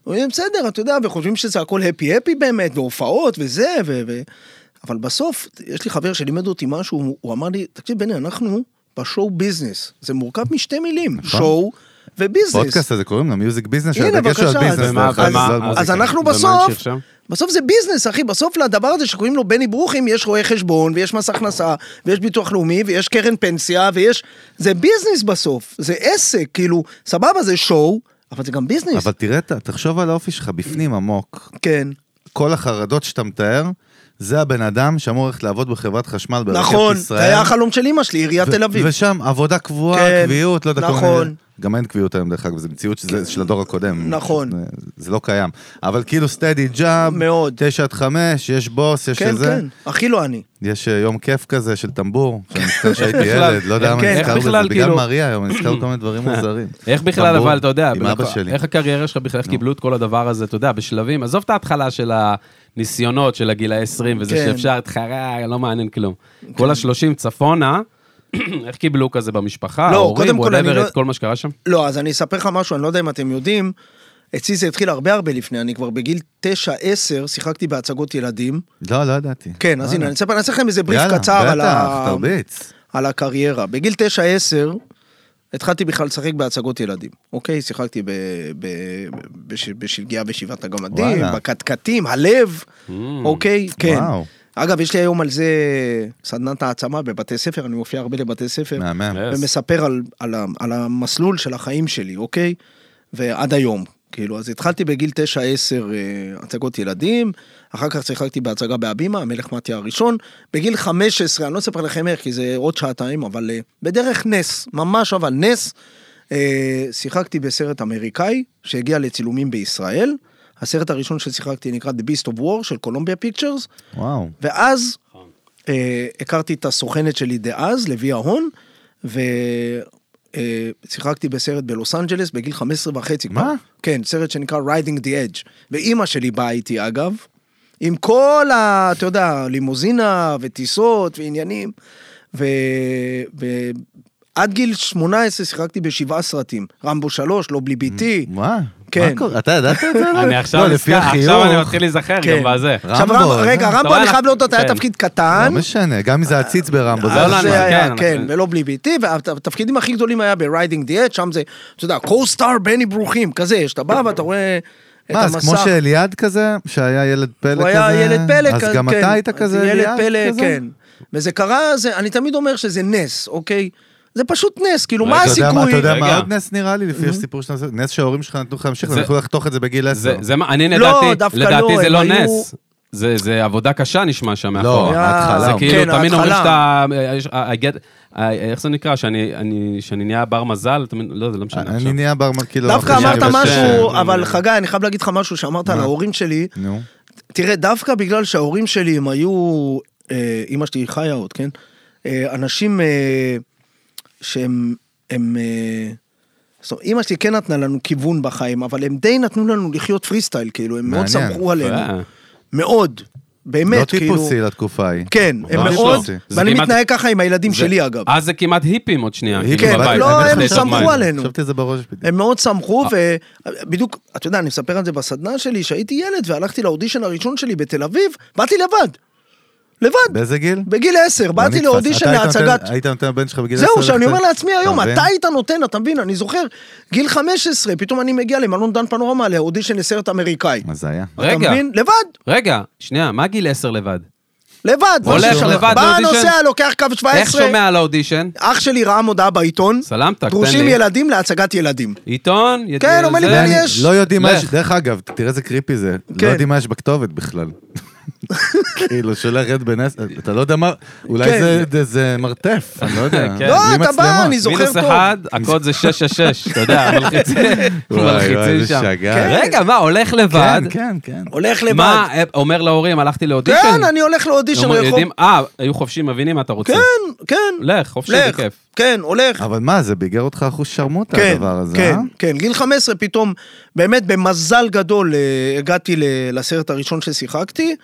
אומרים, בסדר, אתה יודע, וחושבים שזה הכל הפי-הפי באמת, והופעות וזה, ו... ו... אבל בסוף, יש לי חבר שלימד אותי משהו, הוא- הוא אמר לי, תקשיב, בני, אנחנו בשואו ביזנס. זה מורכב משתי מילים, שואו וביזנס.
נכון. פודקאסט הזה קוראים לו מיוזיק ביזנס,
הנה,
שהדגש הוא על
בבקשה.
ביזנס.
ומה-
דרך אגב,
ומה-
זה על
אז-
מוזיקה.
אז אנחנו
ומה
בסוף,
נשאיר שם?
בסוף זה ביזנס, אחי, בסוף לדבר הזה שקוראים לו בני ברוכים, יש רואה חשבון, ויש מס הכנסה, ויש ביטוח לאומי, ויש קרן פנסיה, ויש... זה ביזנס בסוף, זה עסק, כאילו, סבבה, זה שואו, אבל זה גם ביזנס.
אבל תראה, ת- תחשוב על האופי שלך בפנים עמוק.
כן,
כל החרדות שאתה מתאר, זה הבן אדם שאמור ללכת לעבוד בחברת חשמל ברכבת
נכון, זה
לא, ישראל.
היה החלום של אימא שלי, עיריית
ו-
תל אביב.
ושם עבודה קבועה,
כן,
קביעות, לא יודע, כל מיני-
נכון.
גם אין קביעות היום, דרך אגב, זו מציאות שזה- של הדור הקודם.
נכון.
זה- זה לא קיים. אבל כאילו סטדי ג'אב,
מאוד.
תשע עד חמש, יש בוס, יש
כן,
איזה.
כן, הכי לא אני.
יש אה, יום כיף כזה של טמבור, שאני נזכר שהייתי
בכלל-
ילד, לא יודע מה
כן,
נזכר
איך
בזה,
בכלל,
בגלל
כאילו-
מריה היום, אני נזכר בכל מיני דברים מוזרים.
איך בכלל,
טמבור
אבל אתה יודע,
עם אבא
בלקוח-
שלי.
איך הקריירה שלך בכלל, איך קיבלו את כל הדבר הזה, אתה יודע, בשלבים, עזוב את ההתחלה של הניסיונות של הגיל ה-20 וזה
כן.
שאפשר, התחרה, לא מעניין כלום. כל ה-30 צפונה, איך קיבלו כזה במשפחה,
לא,
ההורים,
קודם כל, אני
וואטאבר,
לא-
את כל מה שקרה שם?
לא, אז אני אספר לך משהו, אני לא יודע אם אתם יודעים, אצלי זה התחיל הרבה הרבה לפני, אני כבר בגיל 9-10 שיחקתי בהצגות ילדים.
לא, לא ידעתי.
כן, אז
וואלה.
הנה, אני אספר אני אעשה לכם איזה בריף
יאללה,
קצר על ה-
בטח, תרביץ.
על הקריירה. בגיל 9-10 התחלתי בכלל לשחק בהצגות ילדים, אוקיי? שיחקתי ב- ב- בש- בשלגיה ושבעת הגמדים,
וואלה. Mm,
בקטקטים, הלב, אוקיי? כן.
וואו.
אגב, יש לי היום על זה סדנת העצמה בבתי ספר, אני מופיע הרבה לבתי ספר.
מהמם.
אה,
ומספר על, על, ה- על המסלול של החיים שלי, אוקיי? ועד היום. כאילו, אז התחלתי בגיל 9-10 אה, הצגות ילדים, אחר כך שיחקתי בהצגה בהבימה, המלך מתיה הראשון. בגיל 15, אני לא אספר לכם איך, כי זה עוד שעתיים, אבל אה, בדרך נס, ממש אבל נס, אה, שיחקתי בסרט אמריקאי שהגיע לצילומים בישראל. הסרט הראשון ששיחקתי נקרא The Beast of War של קולומביה פיקצ'רס,
כן.
וואו.
ואז אה, הכרתי את הסוכנת שלי דאז, לוי ההון, ושיחקתי בסרט בלוס אנג'לס בגיל 15 וחצי.
מה?
כבר. כן, סרט שנקרא Riding the Edge. ואימא שלי באה איתי, אגב, עם כל ה... אתה יודע, לימוזינה וטיסות ועניינים. ו... ו... עד גיל 18 שיחקתי בשבעה סרטים. רמבו 3, לא בלי ביתי.
מה?
כן.
מה קורה? אתה ידעת את זה?
אני עכשיו
לא, לפי
נזכר, עכשיו אני
החיוך.
מתחיל להיזכר
כן.
גם בזה.
רמבו,
עכשיו, רמבו,
אה?
רגע, רמבו,
אבל
אני
אנחנו-
חייב להודות, היה
כן.
תפקיד קטן.
לא משנה, גם אם זה עציץ ברמבו, זה
אה, לא,
אז
לא
לא,
זה
לא,
נורא.
כן,
היה,
אנחנו-
כן, ולא בלי ביתי, והתפקידים הכי גדולים היה ב-Riding the Edge, שם זה, אתה יודע, co-star בני ברוכים, כזה, שאתה בא ואתה רואה את
מה, אז כמו
המסך.
שאליעד כזה, שהיה ילד פלא כזה?
הוא היה ילד פלא,
אז
כזה,
גם
כן.
אתה היית כזה
ילד
אליעד
פלא,
כזה?
כן. וזה קרה, זה- אני תמיד אומר שזה נס, אוקיי? זה פשוט נס, כאילו,
רגע,
מה
אתה יודע מה-
הסיכוי?
אתה יודע
רגע.
מה עוד נס נראה לי, לפי הסיפור שאתה עושה? נס שההורים שלך נתנו לך להמשיך, הם
זה-
יכלו לחתוך את זה בגיל
זה-
עשר.
זה מה, אני
לא,
לדעתי,
דווקא
לדעתי
לא,
זה
הם
לא
היו-
נס. זה, זה עבודה קשה נשמע שם
לא,
מאחורי.
ההתחלה.
זה
כן,
כאילו, תמיד אומרים
אה, ההתחלה.
שאתה... אה, יש- אה, הגט- אה, איך זה נקרא? שאני- אני- שאני נהיה בר מזל? תמיד- לא, זה לא משנה
אני
עכשיו.
נהיה ברמן, כאילו...
דווקא
אחרי
אמרת
שאני בשם.
משהו, אבל חגי, אני חייב להגיד לך משהו שאמרת על ההורים שלי.
נו.
תראה, דווקא בגלל שההורים שלי הם היו, אה, אימא שלי חיה עוד, כן? אה, אנשים אה, שהם, הם, אה, זאת אומרת, אימא שלי כן נתנה לנו כיוון בחיים, אבל הם די נתנו לנו לחיות פרי סטייל, כאילו, הם מאוד
מעניין.
סמכו עלינו.
אה.
מאוד.
לא
באמת, כאילו...
טיפוסי לתקופה ההיא.
כן, הם
ממש לא.
מאוד,
טיפוסי.
זה
ואני
כמעט-
מתנהג ככה עם הילדים
זה- אה-
שלי אגב.
אז זה כמעט היפים עוד שנייה.
היפים,
כאילו,
כן,
בבית,
לא,
אני
הם
מנסה
סמכו
להתאמן.
עלינו.
חשבתי על זה בראש בדיוק.
הם מאוד שמחו, ובדיוק, אתה יודע, אני מספר על זה בסדנה שלי, שהייתי ילד והלכתי לאודישן הראשון שלי בתל אביב, באתי לבד. לבד.
באיזה גיל?
בגיל עשר,
לא
באתי
נתפס.
לאודישן
אתה היית נותן-
להצגת...
היית נותן לבן שלך בגיל עשר?
זהו, שאני
ללכת?
אומר לעצמי היום,
מבין?
אתה היית נותן, אתה מבין, אני זוכר, גיל 15, פתאום אני מגיע למלון דן פנורמה לאודישן לסרט אמריקאי.
אז זה היה.
אתה
רגע.
מבין? לבד,
רגע, שנייה, מה גיל 10 לבד?
לבד.
הולך
משהו שם.
לבד
בא
לאודישן?
הנוסע, לוקח קו
איך
17,
שומע על האודישן?
אח שלי ראה מודעה בעיתון,
סלמתק, תן
דרושים
לי.
ילדים להצגת ילדים.
עיתון? יד-
כן, אומר לי,
זה-
בן,
אני-
יש-
לא יודעים מה
לך.
יש, דרך אגב, תראה איזה קריפי זה, לא
כן.
יודעים מה יש בכתובת בכלל. כאילו, שולח ילד בן עשר, אתה לא יודע מה, אולי
כן.
זה- זה- זה מרתף, אני לא יודע.
כן.
לא,
בלי
אתה בא,
מצלמות.
אני זוכר
מינוס
טוב.
אחד, הקוד זה 666, אתה יודע, מלחיצים
וואי, וואי,
מלחיצים
זה
שם.
שגע.
כן. רגע, מה, הולך לבד?
כן, כן, כן.
הולך לבד.
מה, אה, אומר להורים, הלכתי לאודישן?
כן, אני הולך לאודישן
אומר,
רחוב.
יודעים- אה, היו חופשיים, מבינים מה אתה רוצה.
כן, כן.
לך, חופשי
לך.
בכיף.
כן, הולך.
אבל מה, זה ביגר אותך אחוז שרמוטה
כן,
הדבר הזה,
כן,
אה?
כן, גיל 15 פתאום, באמת במזל גדול אה, הגעתי ל- לסרט הראשון ששיחקתי,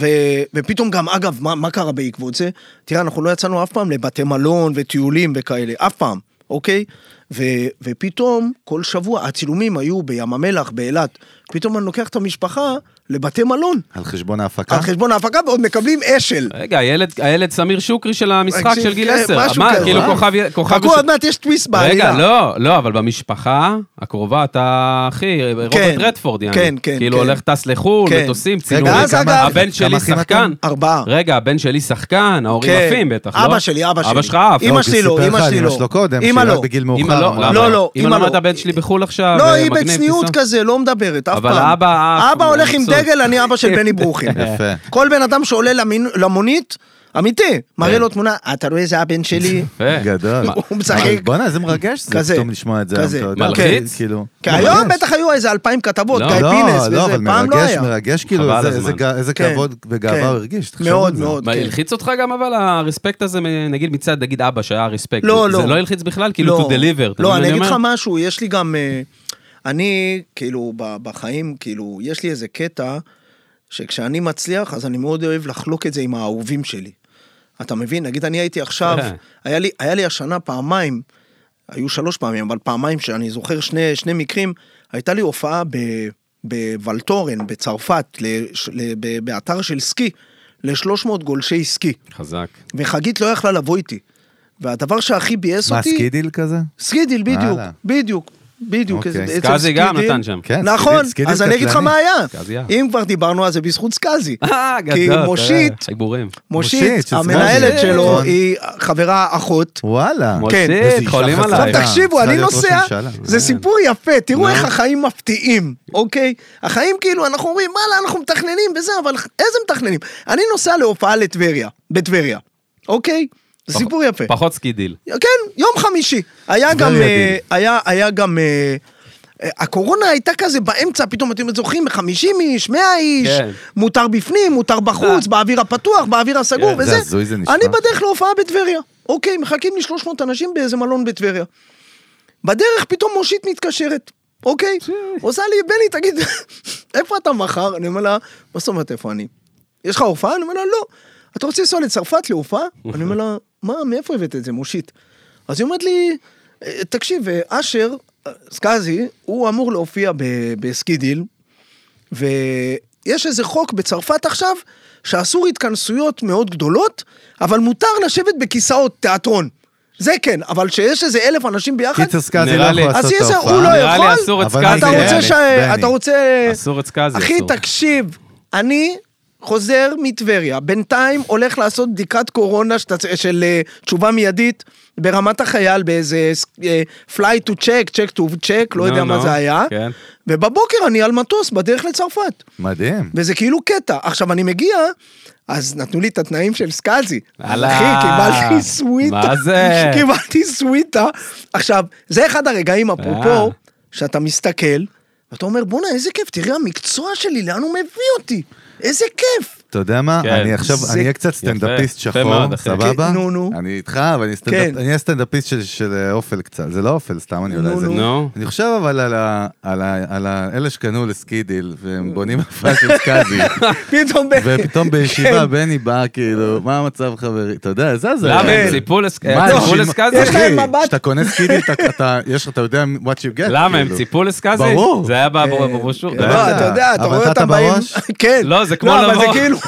ו, ופתאום גם, אגב, מה, מה קרה בעקבות זה? תראה, אנחנו לא יצאנו אף פעם לבתי מלון וטיולים וכאלה, אף פעם, אוקיי? ו, ופתאום, כל שבוע, הצילומים היו בים המלח, באילת, פתאום אני לוקח את המשפחה לבתי מלון,
על חשבון ההפקה?
על חשבון ההפקה, ועוד מקבלים אשל.
רגע, הילד, הילד סמיר שוקרי של המשחק
תקשיב,
של גיל
כן,
10.
משהו
מה,
כזה.
כאילו
אה?
כוכב... כוכב
חכו,
וש-
עוד מעט יש טוויסט בעלילה.
רגע, לא, לא, אבל במשפחה הקרובה אתה אחי, רוברט רדפורד, יעני.
כן, כן,
כאילו
כן.
הולך, טס לחו"ל,
כן.
מטוסים,
רגע,
צילומים.
ואז
כמה-
אגב-
הבן
כמה
שלי
אחים
שחקן.
אתם? ארבעה.
רגע, הבן שלי שחקן, ההורים עפים בטח, לא?
אה. כן. אבא שלי, אבא שלי.
אבא שלך עף.
אמא
לא,
אוקיי.
כי
שלי לא,
סיפר
אמא
לך על
שלי
אמא
לא.
שלו קודם,
אמא
שהיא
לא.
רק בגיל מאוחר.
אמא לא,
אמרה,
לא, לא,
אמא
אמא
לא,
לא.
הבן שלי בחו"ל עכשיו,
לא,
אה,
היא
מגניב,
בצניעות
טיסה.
כזה, לא מדברת אף פעם.
אבל אבא עף,
אבא
הוא
הולך עם
מבסוט.
דגל, אני אבא של בני ברוכים.
יפה.
כל בן אדם שעולה למין- למונית, אמיתי. מראה
כן.
לו תמונה, אתה רואה זה הבן שלי?
יפה.
גדול.
מה,
הוא משחק.
אבל בואנה, איזה מרגש זה
כזה.
פתאום לשמוע את זה היום,
כזה.
אתה יודע.
מלחיץ?
כן, כאילו.
כי היום
מרגש.
בטח היו איזה אלפיים כתבות,
לא,
גיא
לא,
פינס
לא, אבל
וזה, פעם לא
מרגש,
היה.
מרגש, כאילו,
חבל
איזה-
הזמן.
איזה ג- איזה
כן,
כבוד וגאווה
כן.
הוא הרגיש, תחשוב
מאוד,
על זה.
מאוד.
מה,
כן.
הלחיץ אותך גם אבל הרספקט הזה, מ- נגיד מצד, נגיד אבא שהיה הרספקט.
לא,
זה-
לא.
זה לא הלחיץ בכלל? כאילו, to deliver. אתה מבין
לא,
מה
אני אגיד
אומר?
לך משהו, יש לי גם... אה, אני, כאילו, ב- בחיים, כאילו, יש לי איזה קטע שכשאני מצליח, אז אני מאוד אוהב לחלוק את זה עם האהובים שלי. אתה מבין? נגיד, אני הייתי עכשיו,
אה.
היה לי, היה לי השנה פעמיים, היו שלוש פעמים, אבל פעמיים שאני זוכר שני, שני מקרים, הייתה לי הופעה ב, בוולטורן, בצרפת, לש, ל, ב, באתר של סקי, ל-300 גולשי סקי,
חזק.
וחגית לא יכלה לבוא איתי. והדבר שהכי ביאס
מה,
אותי...
סקידיל כזה?
סקידיל, בדיוק,
הלאה.
בדיוק, בדיוק.
אוקיי.
אצל
סקאזי גם
סקידיל.
נתן שם.
כן,
נכון,
סקידיל- סקידיל
אז אני אגיד לך
קטלני.
מה
סקאזי,
היה.
אה.
אם כבר דיברנו אז זה בזכות סקאזי.
אה, גדול.
כי כן,
אתה
מושיט,
יודע, חיבורים.
מושיט,
מושיט,
שזה
המנהלת
מושיט.
שלו
נכון.
היא חברה אחות.
וואלה.
מושיט,
איזה אישה
חולים
חזקה.
עליי.
עכשיו תקשיבו,
צריכה
אני
להיות ראש
נוסע,
ממשלה. אה.
זה סיפור יפה, תראו
נו.
איך החיים מפתיעים, אוקיי? החיים כאילו, אנחנו אומרים, וואלה, אנחנו מתכננים וזה, אבל איזה מתכננים? אני נוסע להופעה לטבריה, בטבריה, אוקיי? זה סיפור יפה.
פחות סקידיל.
כן, יום חמישי. היה גם,
טבריה,
אה,
דיל.
היה, היה גם, אה, אה, הקורונה הייתה כזה באמצע, פתאום אתם זוכרים, 50 איש, 100 איש,
כן.
מותר בפנים, מותר בחוץ, באוויר הפתוח, באוויר הסגור,
כן,
זה
וזה.
הזוי זה נשמע.
אני בדרך להופעה בטבריה. אוקיי, מחכים לי 300 אנשים באיזה מלון בטבריה. בדרך פתאום מושית מתקשרת, אוקיי? עושה לי, בני, תגיד, איפה אתה מחר? אני אומר לה, מה זאת אומרת איפה אני? יש לך הופעה? אני אומר לה, לא. אתה רוצה לנסוע לצרפת להופעה? אני אומר לה, מה, מאיפה הבאת את זה, מושית? אז היא אומרת לי, "אה, תקשיב, אה, אשר, אה, סקאזי, הוא אמור להופיע ב- בסקידיל, ויש איזה חוק בצרפת עכשיו, שאסור התכנסויות מאוד גדולות, אבל מותר לשבת בכיסאות תיאטרון. זה כן, אבל שיש איזה אלף אנשים ביחד,
קיצר סקאזי לא
נראה לי-
יכול לעשות
אז
את
יש,
ההופעה.
הוא לא
אה, נראה לי
יכול,
אסור את
אבל
סקאזי. כן.
אתה
בני,
רוצה ש...
בני.
אתה רוצה...
אסור את סקאזי.
אחי,
אסור.
תקשיב, אני חוזר מטבריה, בינתיים הולך לעשות בדיקת קורונה שאתה צ- של אה, תשובה מיידית ברמת החייל באיזה אה, fly to check, check to check, לא
נו,
יודע מה
נו,
זה היה,
כן.
ובבוקר אני על מטוס בדרך לצרפת.
מדהים.
וזה כאילו קטע. עכשיו, אני מגיע, אז נתנו לי את התנאים של סקאזי. אז
הלאה.
אחי, קיבלתי סוויטה.
מה זה?
קיבלתי סוויטה. עכשיו, זה אחד הרגעים,
אה.
אפרופו, שאתה מסתכל, ואתה אומר, בואנה, איזה כיף, תראה המקצוע שלי, לאן הוא מביא אותי. איזה כיף.
אתה יודע מה?
כן.
אני עכשיו,
זה-
אני אהיה קצת סטנדאפיסט
יפה מאוד,
שחור,
אחי.
סבבה?
כן, נו, נו.
אני איתך, אבל אני סטנדאפ-
כן.
אני אהיה סטנדאפיסט של- של אה, אופל קצת. זה לא אופל, סתם אני אולי
נו,
זה.
נו.
נו.
אני חושב אבל על ה- על ה- על ה- אלה שקנו לסקידיל,
אה.
והם בונים הפעה של סקאזי.
פתאום... ב-
ופתאום
כן.
בישיבה בני בא, כאילו, מה המצב חברי? אתה יודע, זה זה.
למה
כן.
הם ציפו לס-
מה,
הם ציפו
אנשים-
לסקאזי?
יש להם
אחי,
מבט.
כשאתה קונה סקידיל, אתה- אתה יש- אתה יודע what you get.
למה הם
כאילו.
ציפו לסקאזי?
ברור.
זה היה אה, בברושור.
כן,
אתה
לא,
יודע.
אתה יודע, אתה
אבל
רואה
אתה
אותם באים,
בראש?
כן.
לא, זה כמו
אבל זה
לבוא.
כאילו,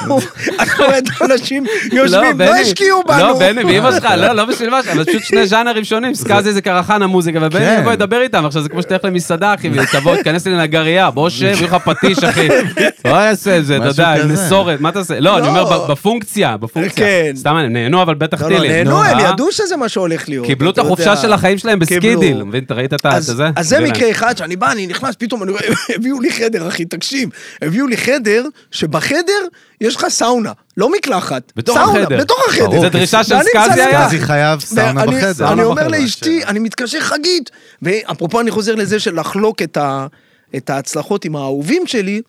אתה רואה את האנשים יושבים, לא
בני,
השקיעו בנו.
לא, בני, ואימא שלך, לא, לא בשביל משהו, אבל פשוט שני ז'אנרים שונים, סקאזי זה קרחן המוזיקה, ובני
כן.
יבוא ידבר איתם, עכשיו זה כמו שתלך למסעדה, אחי, ותבוא, תיכנס לי לנגרייה, בוא שב, יהיה לך פטיש, אחי. לא יעשה את זה, אתה
משהו
יודע,
כזה.
נסורת, מה תעשה? לא, אני
לא.
אומר, ב- בפונקציה, בפונקציה.
כן.
סתם, הם נהנו, אבל בטח
לא, לא,
טילים.
נהנו, הם
אה?
ידעו שזה מה שהולך להיות.
קיבלו את
אתה
החופשה
יודע.
של החיים שלהם בסקידיל,
קיבלו.
מבין, אתה ראית את ה- את
אז,
זה?
אז זה
ג'לן.
מקרה אחד שאני בא, אני נכנס, פתאום אני רואה, הביאו לי חדר, אחי, תקשיב, הביאו לי חדר, שבחדר יש לך סאונה, לא מקלחת,
בתוך
סאונה,
החדר.
בתוך החדר.
ברור, זה דרישה של
ואני
סקאזי
מצלם.
היה? אוקיי.
סקאזי חייב סאונה
ואני-
בחדר.
אני אומר
בחדר,
לאשתי,
אשר.
אני מתקשר חגית, ואפרופו אני חוזר לזה של לחלוק את ה- את ההצלחות עם האהובים שלי,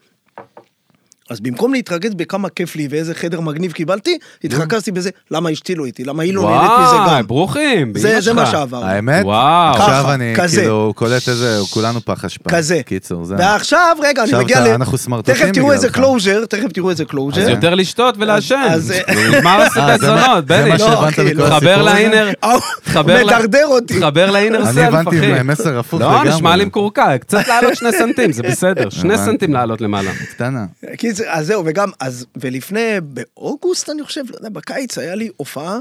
אז במקום להתרכז בכמה כיף לי ואיזה חדר מגניב קיבלתי, התרכזתי בזה, למה אשתי לא איתי, למה היא לא נהנית מזה
וואי,
גם.
ברוכים,
זה-
באמא
זה מה
שלך.
שעברנו.
האמת?
וואו.
עכשיו
ככה,
אני
כזה.
כאילו קולט איזה, כולנו פח אשפה.
כזה.
קיצור, זה...
ועכשיו, רגע, אני
עכשיו
מגיע
אתה-
ל...
אנחנו סמרטוטים
תכף תראו
בגללך.
איזה קלוז'ר, תכף תראו איזה קלוז'ר.
אז יותר לשתות ולעשן.
אז-
נגמר
אה,
הסרטי
זה מה-
זונות,
זה
בני. אוקיי,
מה
לא,
שהבנת מכל
אחי, לא.
הסיפור
תחבר
הזה?
לאינר,
אהו,
תחבר ל-
מדרדר אותי.
תחבר לאינר
אני
סלף, אחי.
הבנתי מסר הפוך
לא,
לגמרי.
נשמע לי מקורקע, קצת לעלות שני סנטים, זה בסדר. שני
הבנתי.
סנטים לעלות למעלה.
קטנה.
קיצר, אז זהו, וגם, אז, ולפני, באוגוסט, אני חושב, לא יודע, בקיץ, היה לי הופעה,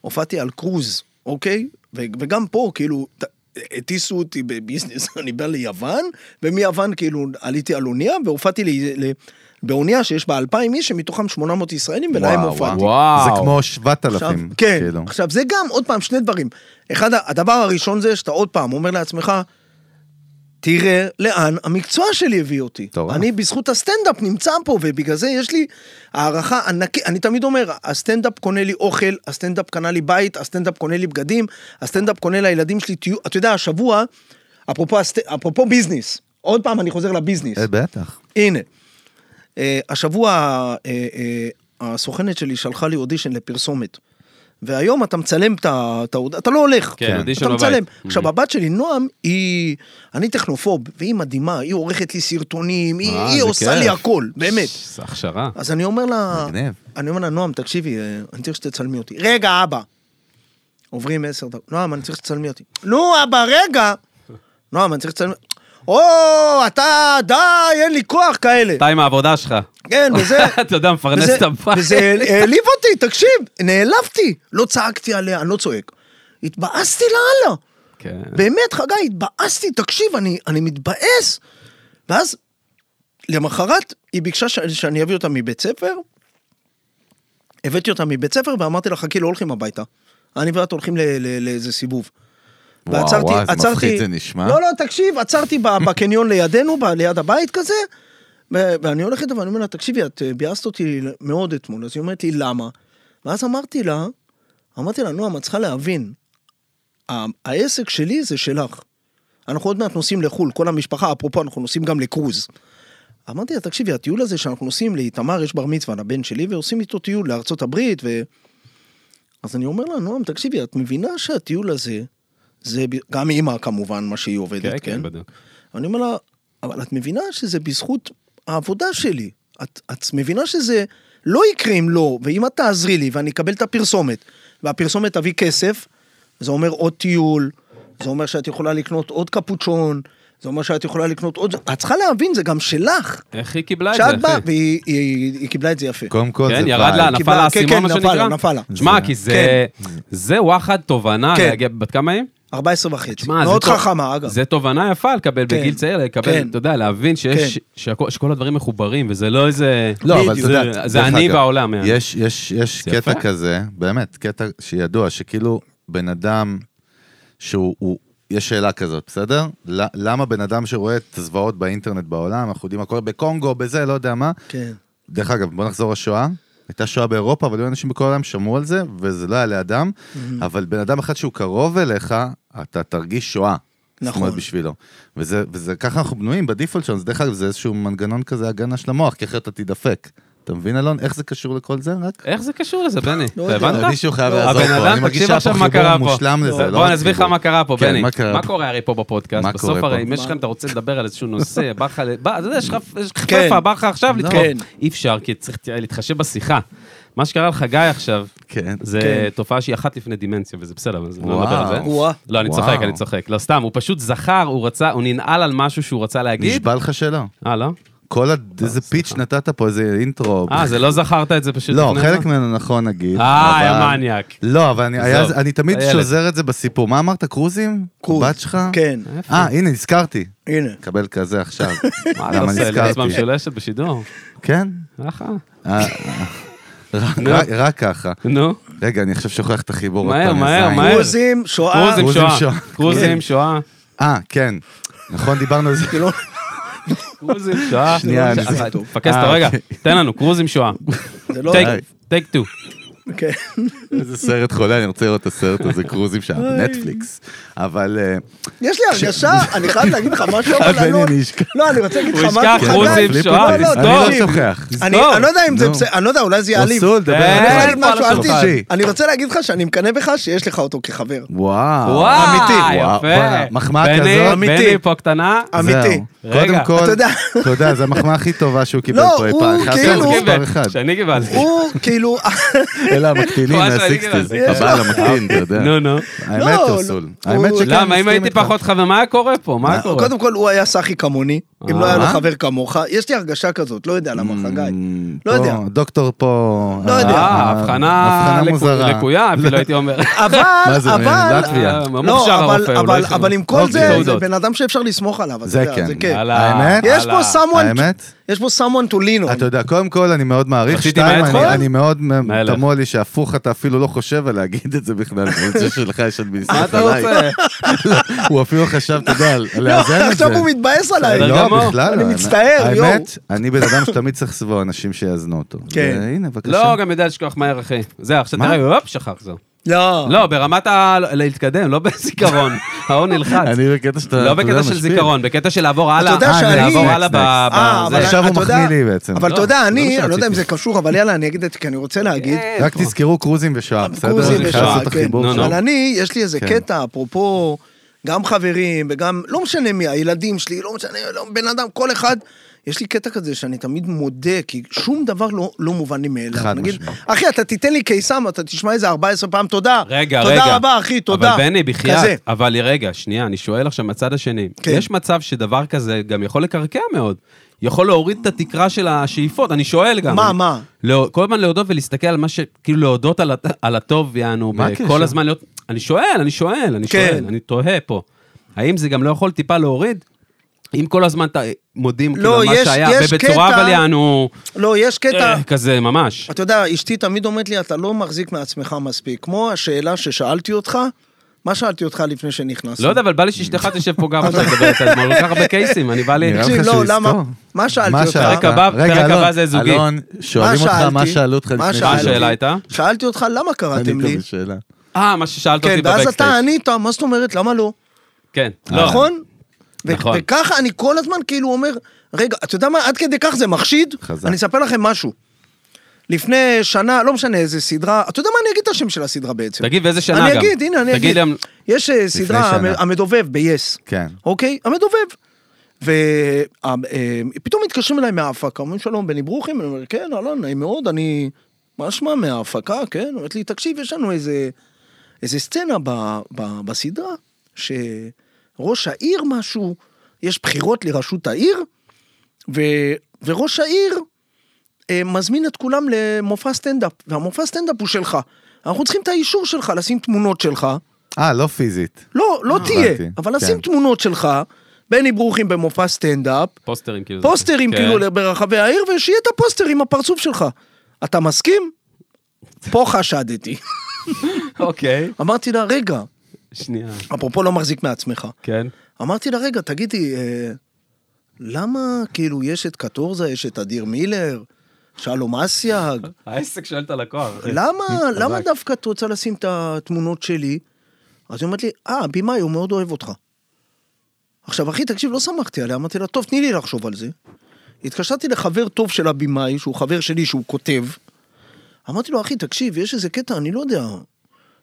הופעתי על קרוז, אוקיי? ו- וגם פה, כאילו, ת- הטיסו אותי בביזנס, אני בא ליוון, ומיוון, כאילו, עליתי על אונייה, והופעתי ל- ל- באונייה שיש בה 2,000 איש, שמתוכם 800 ישראלים, ולהם
וואו,
הופעתי.
וואו.
זה כמו
עכשיו,
7,000.
כן,
כאילו.
עכשיו זה גם, עוד פעם, שני דברים. אחד, הדבר הראשון זה שאתה עוד פעם אומר לעצמך, ת, תראה לאן המקצוע שלי הביא אותי.
מטורף.
אני בזכות הסטנדאפ נמצא פה, ובגלל זה יש לי הערכה ענקית. אני תמיד אומר, הסטנדאפ קונה לי אוכל, הסטנדאפ קנה לי בית, הסטנדאפ קונה לי בגדים, הסטנדאפ קונה לילדים שלי טיול. אתה יודע, השבוע, אפרופו, הסט... אפרופו ביזנס, עוד פעם אני חוזר לביזנס.
אה, בטח.
הנה. אה, השבוע אה, אה, הסוכנת שלי שלחה לי אודישן לפרסומת. והיום אתה מצלם את ה- את האוד... אתה לא הולך.
כן, אודישן
אתה
בבית.
מצלם. עכשיו, הבת שלי, נועם, היא... אני טכנופוב, והיא מדהימה, היא עורכת לי סרטונים, היא,
אה,
היא
זה
עושה
כיף.
לי הכל, באמת.
זה הכשרה.
אז אני אומר לה...
מגניב.
אני אומר לה, נועם, תקשיבי, אה, אני צריך שתצלמי אותי. רגע, אבא. עוברים עשר דקות. נועם, אני צריך שתצלמי אותי. נו, אבא, רגע. נועם, אני צריך שתצלמי... או, אתה, די, אין לי כוח כאלה.
אתה עם העבודה שלך.
כן, וזה...
אתה יודע, מפרנס
וזה-
את הבית.
וזה העל- העליב אותי, תקשיב, נעלבתי. לא צעקתי עליה, אני לא צועק. התבאסתי לאללה.
כן.
באמת, חגי, התבאסתי, תקשיב, אני, אני מתבאס. ואז, למחרת, היא ביקשה ש, שאני אביא אותה מבית ספר. הבאתי אותה מבית ספר ואמרתי לה, חכי, לא הולכים הביתה. אני ואת הולכים ל- ל- לאיזה סיבוב.
וואו,
ועצרתי-
וואו, איזה
עצרתי-
מפחיד זה נשמע.
לא, לא, תקשיב, עצרתי ב- בקניון לידינו, ב- ליד הבית כזה, ו- ואני הולך איתה ואני אומר לה, תקשיבי, את אה, ביאסת אותי מאוד אתמול, אז היא אומרת לי, למה? ואז אמרתי לה, אמרתי לה, נועם, את צריכה להבין, ה- העסק שלי זה שלך. אנחנו עוד מעט נוסעים לחו"ל, כל המשפחה, אפרופו, אנחנו נוסעים גם לקרוז. אמרתי לה, תקשיבי, הטיול הזה שאנחנו נוסעים לאיתמר, יש בר מצווה לבן שלי, ועושים איתו טיול לארצות הברית, ו... אז אני אומר לה, נועם, תקשיבי, את מבינה שהטיול הזה, זה ב- גם אימא כמובן, מה שהיא עובדת,
כן,
כן?
כן, בדיוק.
אני אומר לה, אבל את מבינה שזה בזכות העבודה שלי. את, את מבינה שזה לא יקרה אם לא, ואם את תעזרי לי ואני אקבל את הפרסומת, והפרסומת תביא כסף, זה אומר עוד טיול, זה אומר שאת יכולה לקנות עוד קפוצ'ון, זה אומר שאת יכולה לקנות עוד... את צריכה להבין, זה גם שלך.
איך היא קיבלה את אה, זה,
כשאת באה,
אחי?
והיא היא- היא קיבלה את זה יפה.
קודם כל זה
כן, ירד לה,
וייב.
נפל
קיבלה-
לה
כן,
האסימון,
כן,
מה
נפל לה,
שנקרא?
נפל לה.
שמע, כי זה... זה וואחד תובנה
כן.
להגיע... בת כמה היא?
14 וחצי.
שמע, זה
מאוד
טוב.
חכמה, אגב.
זה תובנה יפה לקבל
כן.
בגיל צעיר, לקבל,
כן.
אתה יודע, להבין שיש... שהכל- שכל הדברים מחוברים, וזה לא איזה...
לא, אבל אתה
זה-
יודע,
זה
דרך
אני
אגב,
והעולם. יעני.
יש, יש, יש
זה
קטע
יפה.
כזה, באמת, קטע שידוע, שכאילו בן אדם שהוא, הוא, יש שאלה כזאת, בסדר? ל- למה בן אדם שרואה את הזוועות באינטרנט בעולם, אנחנו יודעים הכל בקונגו, בזה, לא יודע מה.
כן.
דרך אגב, בוא נחזור לשואה. הייתה שואה באירופה, אבל היו אנשים בכל העולם שמעו על זה, וזה לא היה לידם, אבל בן אדם אחד שהוא קרוב אליך, אתה תרגיש שואה. זאת
נכון.
אומרת, בשבילו. וזה, וזה ככה אנחנו בנויים בדיפולט שלנו, זה דרך אגב, זה איזשהו מנגנון כזה הגנה של המוח, כי אחרת אתה תדפק. אתה מבין, אלון, איך זה קשור לכל זה? רק...
איך זה קשור לזה, בני?
לא
אתה
יודע.
הבנת?
מישהו חייב
לא,
לעזור
הבן
פה, אני
אדם,
מרגיש
תקשיב
שהיה
עכשיו
פה
מה קרה
חיבור
פה.
מושלם לזה, לא
בוא
רק
אני אסביר לך
חיבור.
מה קרה פה,
כן,
בני.
מה קרה
מה
פה?
קורה הרי פה בפודקאסט?
מה
בסוף
קורה פה?
הרי אם יש לכם, אתה רוצה לדבר על איזשהו נושא, בא לך, ל- בא, אתה יודע, יש לך יש לך
כן.
חפפה, בא לך עכשיו
לא.
לדחוף.
כן.
אי אפשר, כי צריך להתחשב בשיחה. מה שקרה לך, גיא, עכשיו,
כן.
זה
כן.
תופעה שהיא אחת לפני דימנציה, וזה בסדר, אז לא
וואו.
נדבר על זה.
וואו.
לא, אני
וואו.
צוחק, אני צוחק. לא, סתם, הוא פשוט זכר, הוא רצה, הוא ננעל על משהו שהוא רצה להגיד.
נשבע לך שלא.
אה, לא?
כל ה... איזה פיץ' נתת פה, איזה אינטרו.
אה, זה לא זכרת את זה פשוט
לא,
לפני
חלק
זה?
ממנו נכון נגיד.
אה, היה
אבל-
מניאק.
לא, אבל אני, היה,
עזוב,
אני תמיד
הילד.
שוזר את זה בסיפור. מה אמרת, קרוזים?
קרוז.
בת שלך?
כן,
אה, הנה, נזכרתי.
הנה.
קבל כזה עכשיו.
מה אתה
למה
עושה?
נזכרתי?
לאצבע משולשת בשידור.
כן?
ככה.
אה, רק-
נו.
רק- רק ככה.
נו.
רגע, אני עכשיו שוכח את החיבור. עוד
מהר,
פעם,
מהר,
זין.
מהר.
קרוזים, שואה,
קרוזים
קרוזים
שואה.
שואה.
קרוזים שואה.
אה, כן. נכון, דיברנו על זה.
כאילו,
קרוזים שואה.
שנייה,
קרוזים
אני-
שואה.
טוב.
פקס אותו
אה,
רגע.
אוקיי.
תן לנו, קרוזים שואה.
זה לא...
טייק טו.
כן.
איזה סרט חולה, אני רוצה לראות את הסרט הזה, קרוזים שהיה בנטפליקס. אבל... אה,
יש לי הרגשה, אני חייב להגיד לך משהו, אבל
בני,
אלון-
אני אשכח.
לא, אני רוצה להגיד לך
הוא
משהו,
ישכח,
חגי.
רוזים,
פליפ
שואה,
אותי.
לא,
אני לא
תזכור.
שוכח.
אני
תזכור.
אני לא יודע אם זה
נו.
בסדר, אני לא יודע, אולי זה יעליב.
אסור לדבר
אני רוצה
אה,
להגיד
על
משהו, אל
השולחן.
תהיה- אני רוצה להגיד לך שאני מקנא בך שיש לך אותו כחבר.
וואו.
וואו,
אה. וואו,
יפה.
מחמאה
בני,
כזאת.
בני
אמיתי.
פה קטנה.
אמיתי.
זהו.
רגע.
קודם כל,
אתה יודע.
אתה יודע, זו המחמאה הכי טובה שהוא קיבל
לא,
פה אי
הוא
פעם. אחד, זה
כאילו-
שאני
כן, מספר
קיבל,
אחד.
שאני קיבלתי.
הוא כאילו...
אלה המקטינים
ממש אני כאילו-
מהסיקסטיז.
יש
הבעל המקטין, אתה יודע.
נו, נו.
האמת,
לא,
אוסול.
לא.
האמת
הוא-
שכן,
למה, אם
כן, מסכים
הייתי
איתך.
פחות חבר, מה היה קורה פה? מה היה קורה?
קודם כל, הוא היה סאחי כמוני, אם לא היה לו
אה? Mm.
חבר כמוך. יש לי הרגשה כזאת, לא יודע למה, חגי. לא
אמ, פה,
יודע.
דוקטור פה...
לא יודע.
אה,
ה-
הבחנה
הבחנה
לקו-
מוזרה. לא.
לקויה, אפילו הייתי אומר.
אבל,
מה זה,
אבל...
מלטביה?
אה, ממוחשר
לא, אבל-
הרופא, הוא לא
אבל-
איש-
אבל עם כל
אוקיי.
זה, זה
תעודות.
בן אדם שאפשר לסמוך עליו, אתה
זה
יודע,
כן.
זה כן.
הלאה,
האמת?
יש פה
הלאה.
someone...
האמת?
יש פה someone to lean on.
אתה יודע, קודם כל, אני מאוד מעריך.
רציתי
שתיים,
מהעט
אני-
חול?
אני מאוד,
מלך.
תמוה לי שהפוך אתה אפילו לא חושב על להגיד את זה בכלל, אני חושב שלך יש אדמיניסטרט
אתה
עליי. לא,
רוצה?
הוא אפילו חשב, אתה יודע,
לא,
לאזן את זה.
עכשיו הוא מתבאס עליי.
בסדר גמור.
לא, בכלל לא.
אני מצטער,
האמת-
יואו.
האמת, אני בן אדם שתמיד צריך סביבו אנשים שיאזנו אותו.
כן.
הנה, בבקשה.
לא, גם יודע לשכוח מהר, אחי. זהו, עכשיו
מה?
תראה, הופ, שכח זהו.
לא.
לא, ברמת ה... להתקדם, לא בזיכרון. ההון נלחץ.
אני בקטע שאתה...
לא
אתה יודע,
בקטע של
משפיל.
זיכרון, בקטע של לעבור הלאה.
יודע
אה,
שאני-
לעבור הלאה
Next,
ב...
אה,
ב-
אבל
זה.
עכשיו הוא
אתה יודע-
מחמיא לי בעצם.
אבל
לא,
אתה יודע,
זה מה
אני, אני לא יודע
שרציתי.
אם זה קשור, אבל יאללה, אני אגיד את זה, כי אני רוצה להגיד.
כן.
רק תזכרו קרוזים ושואה, בסדר?
קרוזים
אני חייב
ושואה,
לעשות את
כן.
החיבור
נו,
שלו.
נו.
אבל אני, יש לי איזה
כן.
קטע, אפרופו, גם חברים וגם, לא משנה מי, הילדים שלי, לא משנה, לא, בן אדם, כל אחד, יש לי קטע כזה שאני תמיד מודה, כי שום דבר לא, לא מובן לי מאליו.
חד
נגיד,
משמעית.
אחי, אתה תיתן לי קיסם, אתה תשמע איזה 14 פעם, תודה.
רגע,
תודה
רגע.
תודה רבה, אחי, תודה.
אבל בני,
כזה.
בחייאת. אבל רגע, שנייה, אני שואל עכשיו מהצד השני.
כן.
יש מצב שדבר כזה גם יכול לקרקע מאוד. יכול להוריד את התקרה של השאיפות, אני שואל גם.
מה,
אני-
מה?
לא- כל הזמן להודות ולהסתכל על מה ש... כאילו להודות על הט- על הטוב, יענו,
מה
ב-
הקשר?
כל הזמן להיות... אני שואל, אני שואל, אני
כן.
שואל, אני תוהה פה. האם זה גם לא יכול טיפה להוריד? אם כל הזמן ת- מודים
לא,
כאילו על מה
יש-
שהיה,
יש
ובצורה
קטע-
אבל יענו,
לא, יש קטע...
אה, כזה ממש.
אתה יודע, אשתי תמיד אומרת לי, אתה לא מחזיק מעצמך מספיק. כמו השאלה ששאלתי אותך, מה שאלתי אותך לפני שנכנסנו?
לא יודע, אבל בא לי שאשתך תשב פה גם עכשיו לדבר איתה, כל כך הרבה קייסים, אני בא לי...
נראה לך
תקשיב, לא,
שהוא
למה?
יזכור.
מה שאלתי אותך?
פרק הבא-
רגע,
פרק הבא
אלון,
זה זוגי.
אלון, שואלים אותך מה
שאלתי?
שאלו אותך לפני
שאלתי?
שאלו.
השאלה הייתה?
שאלתי אותך למה קראתם
ענית
לי.
בשאלה.
אה, מה ששאלת
כן,
אותי
ואז
בבקסטייג.
אתה ענית, מה זאת אומרת, למה לא?
כן, לא.
נכון? ו-
נכון.
וככה אני כל הזמן כאילו אומר, רגע, אתה יודע מה, עד כדי כך זה מחשיד?
חזק.
אני אספר לכם משהו. לפני שנה, לא משנה איזה סדרה, אתה יודע מה, אני אגיד את השם של הסדרה בעצם.
תגיד באיזה שנה
אני
גם.
אגיד, הנה, אני
תגיד
אגיד.
גם-
יש אה, סדרה,
שנה.
המ- המדובב ב-yes.
כן.
אוקיי? המדובב. ופתאום מתקשרים אליי מההפקה, אומרים שלום, בני ברוכים, אני אומר, כן, אהלן, נעים מאוד, אני... מה שמע, מההפקה, כן? אומרת לי, תקשיב, יש לנו איזה, איזה סצנה ב, ב, בסדרה, שראש העיר משהו, יש בחירות לראשות העיר, ו, וראש העיר אה, מזמין את כולם למופע סטנדאפ, והמופע סטנדאפ הוא שלך. אנחנו צריכים את האישור שלך לשים תמונות שלך,
אה, לא פיזית.
לא, לא תהיה,
אה, הבנתי,
אבל לשים
כן.
תמונות שלך, בני ברוכים במופע סטנדאפ,
פוסטרים כאילו.
פוסטרים
כן.
כאילו ברחבי העיר, ושיהיה את הפוסטר עם הפרצוף שלך. אתה מסכים? פה חשדתי.
אוקיי,
אמרתי לה, רגע,
שנייה,
אפרופו לא מחזיק מעצמך,
כן.
אמרתי לה, רגע, תגידי, אה, למה כאילו יש את קטורזה, יש את אדיר מילר, שלום אסיאג,
העסק שואל את הלקוח. אחי.
למה, למה דווקא את רוצה לשים את התמונות שלי? אז היא אומרת לי, אה, הבמאי, הוא מאוד אוהב אותך. עכשיו, אחי, תקשיב, לא שמחתי עליה, אמרתי לה, טוב, תני לי לחשוב על זה. התקשרתי לחבר טוב של הבמאי, שהוא חבר שלי, שהוא כותב. אמרתי לו, אחי, תקשיב, יש איזה קטע, אני לא יודע.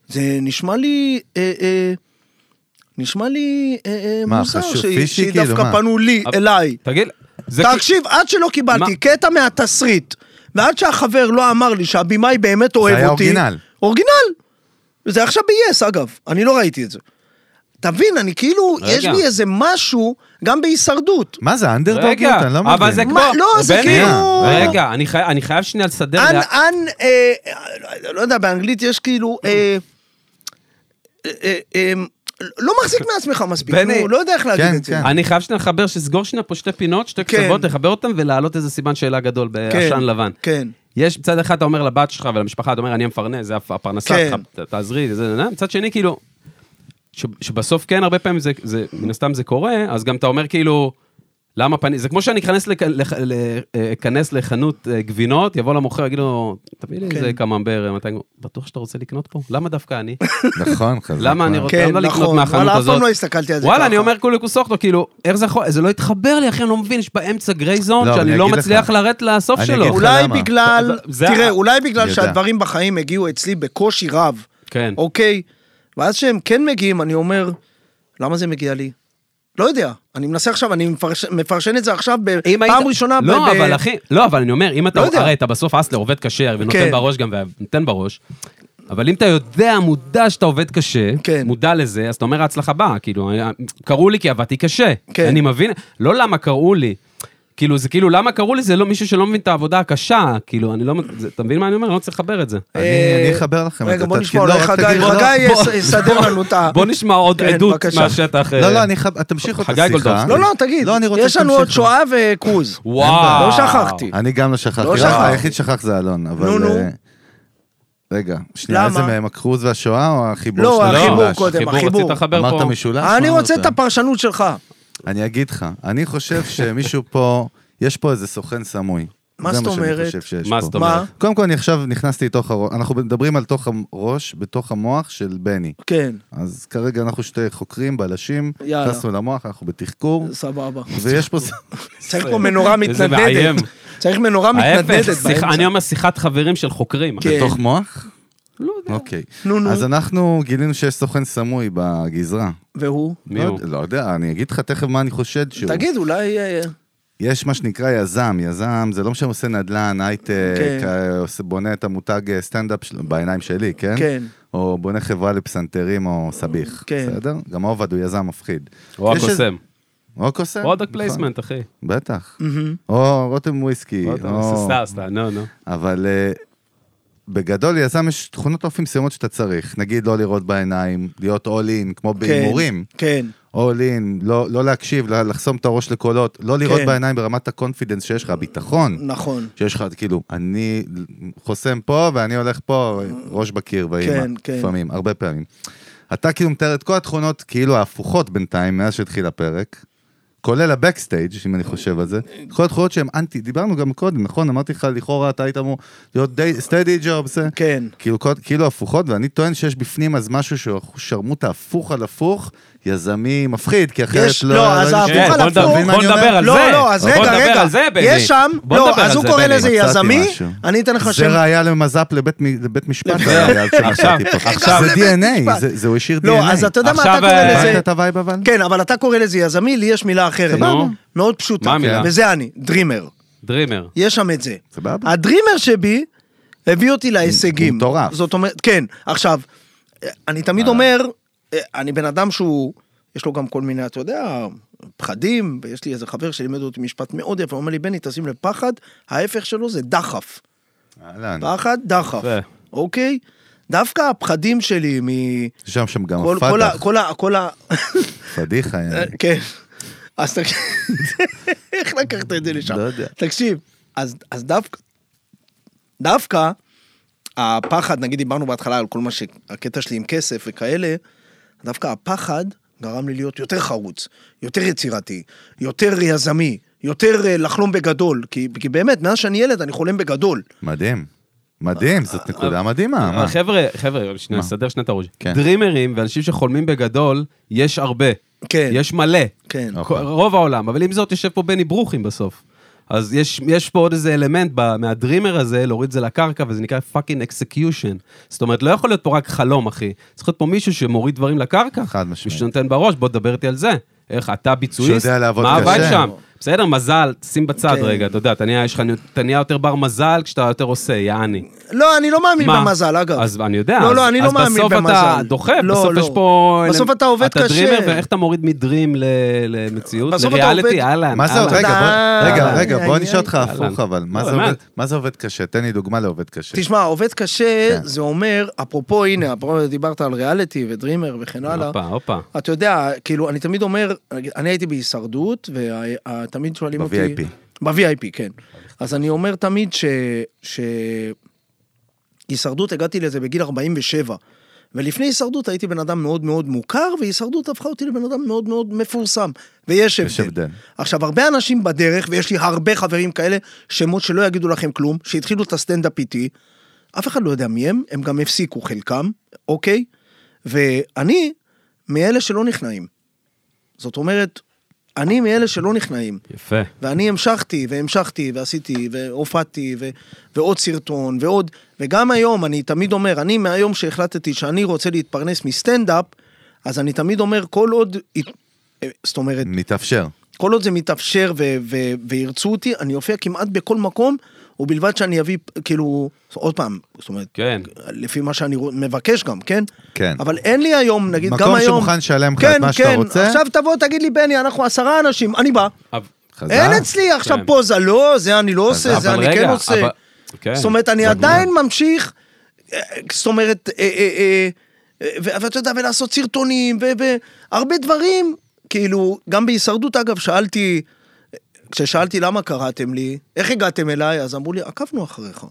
זה נשמע לי... אה, אה, נשמע לי אה, אה,
מה,
מוזר,
חשוב,
שהיא-
פישי
שהיא
כאילו,
דווקא
מה?
פנו לי,
אבל-
אליי.
תגיד, זה כי-
תקשיב, עד שלא קיבלתי
מה?
קטע מהתסריט, ועד שהחבר לא אמר לי שהבמאי באמת אוהב אותי...
היה אורגינל.
אורגינל. זה עכשיו ב-yes, אגב. אני לא ראיתי את זה. תבין, אני כאילו,
רגע.
יש לי איזה משהו, גם בהישרדות.
מה זה, אנדרדוגיות?
רגע,
אני לא מבין.
אבל זה כמו...
מה, לא, זה
בני,
כאילו-
רגע, אני חי- אני חייב שנייה לסדר.
אנ,
לה-
אנ, אה, אה, לא יודע, באנגלית יש כאילו... אה, אה, אה, אה, לא מחזיק מעצמך מספיק,
בני.
נו, לא יודע איך להגיד
כן,
את זה.
כן.
אני חייב שנייה לחבר, שסגור שנייה פה שתי פינות, שתי
כן.
קצוות, לחבר אותם ולהעלות איזה סימן שאלה גדול בעשן לבן.
כן.
יש מצד אחד אתה אומר לבת שלך ולמשפחה, אתה אומר, אני המפרנס, זה הפרנסה
כן.
שלך, ת- תעזרי, זה, זה, זה, מצד שני, כאילו, ש- שבסוף כן, הרבה פעמים זה, זה, מן הסתם זה קורה, אז גם אתה אומר, כאילו, למה פני, זה כמו שאני אכנס לכ- לכ- ל- אה, אכנס לחנות אה, גבינות, יבוא למוכר, יגיד לו, תביא לי
כן.
איזה קממבר, 200, בטוח שאתה רוצה לקנות פה? למה דווקא אני?
נכון, חזק.
למה אני
וואו.
רוצה
כן,
למה לקנות
נכון.
מהחנות
וואלה, אף
הזאת?
פעם לא הסתכלתי על זה
וואלה,
ככה.
אני אומר כולי כוסוכטו, כאילו, איך זה יכול, זה לא התחבר לי, אחי, אני לא מבין, יש באמצע גריי זון,
לא, אבל
שאני
אני
לא
אגיד לך.
מצליח לרדת לסוף
אני
שלו.
אגיד לך
אולי
למה.
בגלל,
זה-
תראה,
זה-
אולי בגלל
יודע.
שהדברים בחיים הגיעו אצלי בקושי רב,
כן.
אוקיי? ואז כשהם כן מגיעים, אני אומר, למה זה מגיע לי? לא יודע, אני מנסה עכשיו, אני מפרש- מפרשן את זה עכשיו
אם היית-
בפעם ראשונה. ב-
לא,
ב-
אבל אחי, לא, אבל אני אומר, אם אתה,
לא יודע.
הרי אתה בסוף אסלר עובד קשה, הרי ונותן
כן.
בראש גם, ונותן בראש, אבל אם אתה יודע, מודע שאתה עובד קשה,
כן.
מודע לזה, אז אתה אומר, ההצלחה באה, כאילו, קראו לי כי עבדתי קשה.
כן.
אני מבין, לא למה קראו לי. כאילו, זה כאילו, למה קראו לזה לא מישהו שלא מבין את העבודה הקשה? כאילו, אני לא... מ- זה- אתה מבין מה אני אומר? אני לא צריך לחבר את זה.
אני-
אה,
אני אחבר לכם את
רגע,
זה,
בוא
תתחיל-
נשמע,
לא,
אולי
רק
חגי,
תגיד- לא,
חגי
בוא-
יס- יסדר לנו את ה...
בוא נשמע עוד
כן,
עדות
בבקשה.
מהשטח. אה,
לא, לא, אני חייב, תמשיכו את
חגי
השיחה.
גולדובסקי.
לא, לא, תגיד.
לא, אני רוצה
יש לנו
שתמשיכו.
עוד שואה וקרוז.
וואו.
לא שכחתי.
אני גם לא שכחתי,
לא
רק
שכחתי.
היחיד ששכח זה אלון, אבל...
נו, נו.
אה, רגע, שנייה,
למה?
איזה מהם, הכרוז והשואה או החיבור
לא,
של
החיבור
המשולש?
קודם. החיבור.
רצית לחבר פה.
אמרת משולש?
אני
מה
רוצה
אמרת?
את הפרשנות שלך.
אני אגיד לך, אני חושב שמישהו פה, יש פה איזה סוכן סמוי.
מה
זה
זאת
שאני
אומרת?
חושב שיש
מה
פה.
זאת
מה?
אומרת?
קודם כל, אני עכשיו נכנסתי לתוך הראש, אנחנו מדברים על תוך הראש, בתוך המוח של בני.
כן,
אז כרגע אנחנו שתי חוקרים, בלשים,
יאללה.
נכנסנו למוח, אנחנו בתחקור,
סבבה.
ויש פה...
צריך פה מנורה
איזה מאיים.
מתנדנדת. צריך מנורה מתנדנדת.
ההפך, שיח-
באמצע.
אני אומר שיחת חברים של חוקרים.
כן.
בתוך מוח?
לא יודע.
אוקיי.
נו, נו.
אז אנחנו גילינו שיש סוכן סמוי בגזרה.
והוא?
מי
לא
הוא?
יודע- לא יודע, אני אגיד לך תכף מה אני חושד שהוא.
תגיד, אולי... אה,
יש מה שנקרא יזם, יזם זה לא משנה, עושה נדל"ן, הייטק,
כן.
אה, עושה- בונה את המותג אה, סטנדאפ שלו, בעיניים שלי, כן?
כן.
או בונה חברה לפסנתרים או סביח,
כן.
בסדר? גם עובד הוא יזם מפחיד.
או
יש איזה-
הקוסם.
או הקוסם.
פרודקט
נכון,
פלייסמנט, אחי.
בטח.
Mm-hmm.
או רותם וויסקי. או-
סתם, סתם, נו, נו.
אבל אה, בגדול ליזם יש תכונות אופי מסוימות שאתה צריך. נגיד לא לראות בעיניים, להיות אול אין, כמו
כן,
בהימורים.
כן.
אול אין, לא לא להקשיב, לא- לחסום את הראש לקולות, לא לראות
כן.
בעיניים ברמת הקונפידנס שיש לך, הביטחון.
נכון.
שיש לך, כאילו, אני חוסם פה ואני הולך פה, ראש בקיר באימא.
כן, כן.
לפעמים, הרבה פעמים. אתה כאילו מתאר את כל התכונות כאילו ההפוכות בינתיים מאז שהתחיל הפרק, כולל הבקסטייג', אם אני חושב על זה, כל התכונות שהן אנטי, דיברנו גם קודם, נכון? אמרתי לך, לכאורה אתה היית אמור להיות די, סטדי ג'וב, זה.
כן.
כאילו, כל- כאילו הפוכות, ואני טוען שיש בפנים אז משהו שהוא שרמוטה הפוך על הפוך, יזמי מפחיד, כי אחרת
יש- לא, אז
הייתי-
ההפוך
כן,
על
בוא נדבר-
הפוך.
מבין מה
בוא
אני אומר?
נדבר על זה.
לא, לא, אז
בוא
רגע,
נדבר
רגע.
על זה, בני.
יש שם,
בוא
לא,
נדבר
אז
על
הוא
זה,
קורא
בני.
לזה
מצאתי
יזמי,
משהו.
אני אתן לך
זה
שם.
ראייה למז"פ לבית מ- לבית משפט, זה היה ראייה שמצאתי פה.
עכשיו-
זה DNA,
משפט.
זה- זה הוא השאיר DNA.
לא, אז אתה יודע מה אתה
עכשיו,
קורא
אה,
הבנת
לזה?
את הווייב אבל?
כן, אבל אתה קורא לזה יזמי, לי יש מילה אחרת.
סבבה. נו.
מאוד פשוטה.
מה המילה?
וזה אני, דרימר.
דרימר.
יש שם את זה.
סבבה.
הדרימר שבי הביא אותי להישגים.
הוא מטורף.
זאת אומרת, כן. עכשיו, אה, אני תמיד אומר, אה, אני בן אדם שהוא, יש לו גם כל מיני, אתה יודע, פחדים, ויש לי איזה חבר שלימד אותי משפט מאוד יפה, הוא אומר לי, בני, תשים לב, פחד, ההפך שלו זה דחף. כן.
אהלן.
פחד, דחף.
יפה.
אוקיי? דווקא הפחדים שלי מ...
שם שם גם אה,
כל- כל ה...
פתח,
כל ה... כל ה...
פדיחה.
כן. אז תקשיב, איך לקחת את זה לשם?
לא יודע.
תקשיב, אז אז דווקא, דווקא הפחד, נגיד דיברנו בהתחלה על כל מה שהקטע שלי עם כסף וכאלה, דווקא הפחד גרם לי להיות יותר חרוץ, יותר יצירתי, יותר יזמי, יותר אה, לחלום בגדול, כי כי באמת, מאז שאני ילד אני חולם בגדול.
מדהים. מדהים, זאת
אה.
נקודה מדהימה. מה?
אבל חבר'ה, חבר'ה, שנייה,
אה. מה?
נסדר שנייה את הראש.
כן.
דרימרים ואנשים שחולמים בגדול, יש הרבה.
כן.
יש מלא.
כן.
אה.
כל-
אוקיי.
רוב העולם. אבל עם זאת, יושב פה בני ברוכים בסוף. אז יש, יש פה עוד איזה אלמנט ב- מהדרימר הזה, להוריד את זה לקרקע, וזה נקרא פאקינג אקסקיושן. זאת אומרת, לא יכול להיות פה רק חלום, אחי. צריך להיות פה מישהו שמוריד דברים לקרקע.
חד משמעית.
מישהו שנותן בראש, בוא תדבר איתי על זה. איך אתה ביצועיסט,
שיודע לעבוד
מה
קשה.
עבד שם. בסדר, מזל, שים בצד
כן.
רגע, אתה יודע, אתה נהיה- יש לך- אתה נהיה יותר בר מזל כשאתה יותר עושה, יעני.
לא, אני לא מאמין
מה?
במזל, אגב.
אז אני יודע.
לא,
אז-
לא, אני לא מאמין במזל.
אז בסוף אתה דוחף,
לא,
בסוף
לא.
יש פה...
בסוף אתה עובד
אתה דרימר,
קשה.
ואיך אתה מוריד מדרים ל- למציאות?
בסוף אתה
לריאליטי,
עובד-
אהלן.
אה,
מה זה
אהלן.
עובד? רגע, בוא- רגע,
אהלן.
רגע, בוא
אהלן.
נשאל אותך הפוך,
אהלן.
אבל מה
לא,
זה עובד-
באמת.
מה זה עובד קשה? תן לי דוגמה לעובד קשה.
אה, תשמע, עובד קשה,
כן.
זה אומר, אפרופו, הנה, אפרופו, דיברת על ריאליטי ודרימר וכן הלאה.
הופה, הופה.
אתה יודע, כאילו, אני תמיד אומר, אני הייתי בהישרדות, ותמיד שואלים אותי...
ב-VIP.
ב-VIP, כן. אז אני אומר תמיד ש... ש... הישרדות, הגעתי לזה בגיל 47. ולפני הישרדות הייתי בן אדם מאוד מאוד מוכר, והישרדות הפכה אותי לבן אדם מאוד מאוד מפורסם. ויש הבדל.
יש הבדל.
עכשיו, הרבה אנשים בדרך, ויש לי הרבה חברים כאלה, שמות שלא יגידו לכם כלום, שהתחילו את הסטנדאפ איתי, אף אחד לא יודע מי הם, הם גם הפסיקו חלקם, אוקיי? ואני מאלה שלא נכנעים. זאת אומרת, אני מאלה שלא נכנעים.
יפה.
ואני המשכתי, והמשכתי, ועשיתי, והופעתי, ו... ועוד סרטון, ועוד... וגם היום, אני תמיד אומר, אני מהיום שהחלטתי שאני רוצה להתפרנס מסטנדאפ, אז אני תמיד אומר, כל עוד... אה, זאת אומרת,
מתאפשר.
כל עוד זה מתאפשר ו- ו- וירצו אותי, אני אופיע כמעט בכל מקום, ובלבד שאני אביא, כאילו, עוד פעם, זאת אומרת,
כן.
לפי מה שאני רוצ- מבקש גם, כן?
כן.
אבל אין לי היום, נגיד,
מקום
גם היום...
שמוכן לשלם לך את מה שאתה רוצה.
כן, כן, עכשיו תבוא, תגיד לי, בני, אנחנו עשרה אנשים, אני בא.
אב-
חזק.
אין אצלי עכשיו
כן.
פוזה, לא, זה אני לא עושה, זה
אבל
אני
רגע,
כן עושה.
אבל- כן.
זאת אומרת, אני
זה
עדיין ממשיך, אה, אה, זאת אומרת, אה, אה, אה, אה, ו- ואתה יודע, ולעשות סרטונים, והרבה דברים, כאילו, גם בהישרדות, אגב, שאלתי, כששאלתי למה קראתם לי, איך הגעתם אליי, אז אמרו לי, עקבנו אחריך.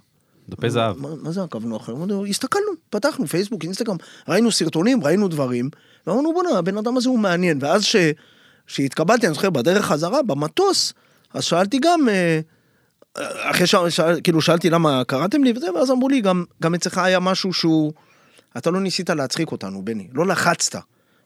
דפי זהב.
מה, מה זה עקבנו אחריך? אמרנו, הסתכלנו, פתחנו פייסבוק, אינסטגרם, ראינו סרטונים, ראינו דברים, ואמרנו, בוא'נה, הבן אדם הזה הוא מעניין. ואז ש, שהתקבלתי, אני זוכר, בדרך חזרה, במטוס, אז שאלתי גם, אה, אחרי ש... שאל, כאילו שאלתי למה קראתם לי וזה, ואז אמרו לי, גם, גם אצלך היה משהו שהוא... אתה לא ניסית להצחיק אותנו, בני, לא לחצת.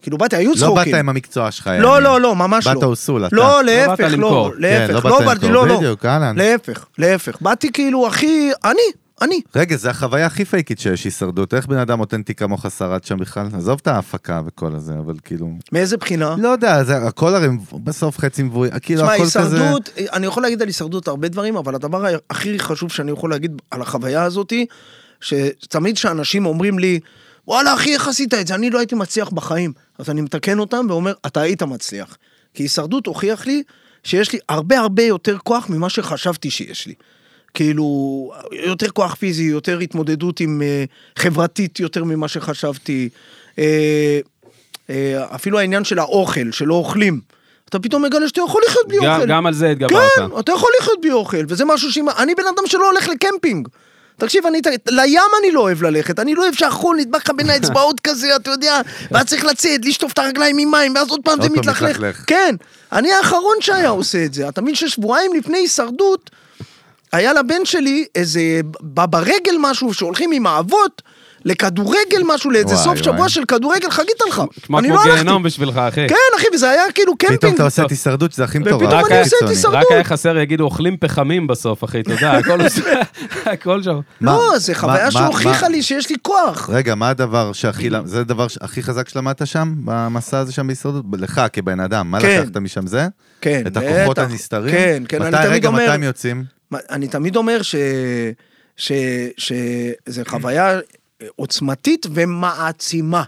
כאילו, באתי, היו
לא
צחוקים.
באת עם המקצוע שלך.
לא,
יעני.
לא, לא, ממש לא.
באת אוסול, אתה.
לא, להפך,
באת למכור.
לא,
כן,
להפך,
לא
לא
באת
באתי,
למכור,
לא, לא.
בדיוק, אהלן.
להפך, להפך. באתי כאילו, הכי, אני, אני.
רגע, זו החוויה הכי פייקית שיש הישרדות. איך בן אדם אותנטי כמוך שרד שם בכלל? עזוב את ההפקה וכל הזה, אבל כאילו...
מאיזה בחינה?
לא יודע, זה הכל הרי בסוף חצי מבוי, כאילו
תשמע,
הכל כזה...
הישרדות, אני יכול להגיד על הישרדות הרבה דברים, אבל הדבר ה- הכי חשוב שאני יכול להגיד על החוויה הזאתי, שתמיד כשאנשים אומרים לי, וואלה אחי, איך עשית את זה? אני לא הייתי מצליח בחיים. אז אני מתקן אותם ואומר, אתה היית מצליח. כי הישרדות הוכיח לי שיש לי הרבה הרבה יותר כוח ממה שחשבתי שיש לי. כאילו, יותר כוח פיזי, יותר התמודדות עם אה, חברתית יותר ממה שחשבתי. אה, אה, אפילו העניין של האוכל, שלא אוכלים. אתה פתאום מגלה שאתה יכול לחיות בלי
גם-
אוכל.
גם על זה התגברת.
כן, אתה יכול לחיות בלי אוכל, וזה משהו שאם... אני בן אדם שלא הולך לקמפינג. תקשיב, אני, לים אני לא אוהב ללכת, אני לא אוהב שהחול נדבק לך בין האצבעות כזה, אתה יודע, ואז צריך לצאת, לשטוף את הרגליים עם מים, ואז עוד פעם זה
עוד פעם
מתלכלך.
מתלכלך.
כן, אני האחרון שהיה עושה את זה. אתה מבין ששבועיים לפני הישרדות, היה לבן שלי איזה, בא ברגל משהו, שהולכים עם האבות, לכדורגל משהו, לאיזה
וואי,
סוף שבוע
וואי.
של כדורגל, חגית עליך.
כמו
אני
כמו
לא הלכתי.
גיהנום בשבילך, אחי.
כן, אחי, וזה היה כאילו קמפינג.
פתאום אתה עושה את הישרדות, שזה הכי מטורף.
ופתאום
רק
אני
היה-
עושה את
קיצוני.
הישרדות.
רק היה חסר, יגידו, אוכלים פחמים בסוף, אחי, אתה יודע, הכל עושה- הכל שם.
מה-
לא, זה
מה-
חוויה
מה-
שהוכיחה
מה-
לי שיש לי כוח.
רגע, מה הדבר שהכי... למ- זה הדבר הכי חזק שלמדת שם, במסע הזה שם בהישרדות? לך, כבן אדם, מה
כן.
לקחת משם זה?
כן,
את הכוחות
בטח.
הנסתרים?
כן, כן, אני
מתי-
תמיד
רגע,
אומר-
מתי הם יוצאים?
מה, אני תמיד אומר ש... ש... שזה חוויה עוצמתית ומעצימה.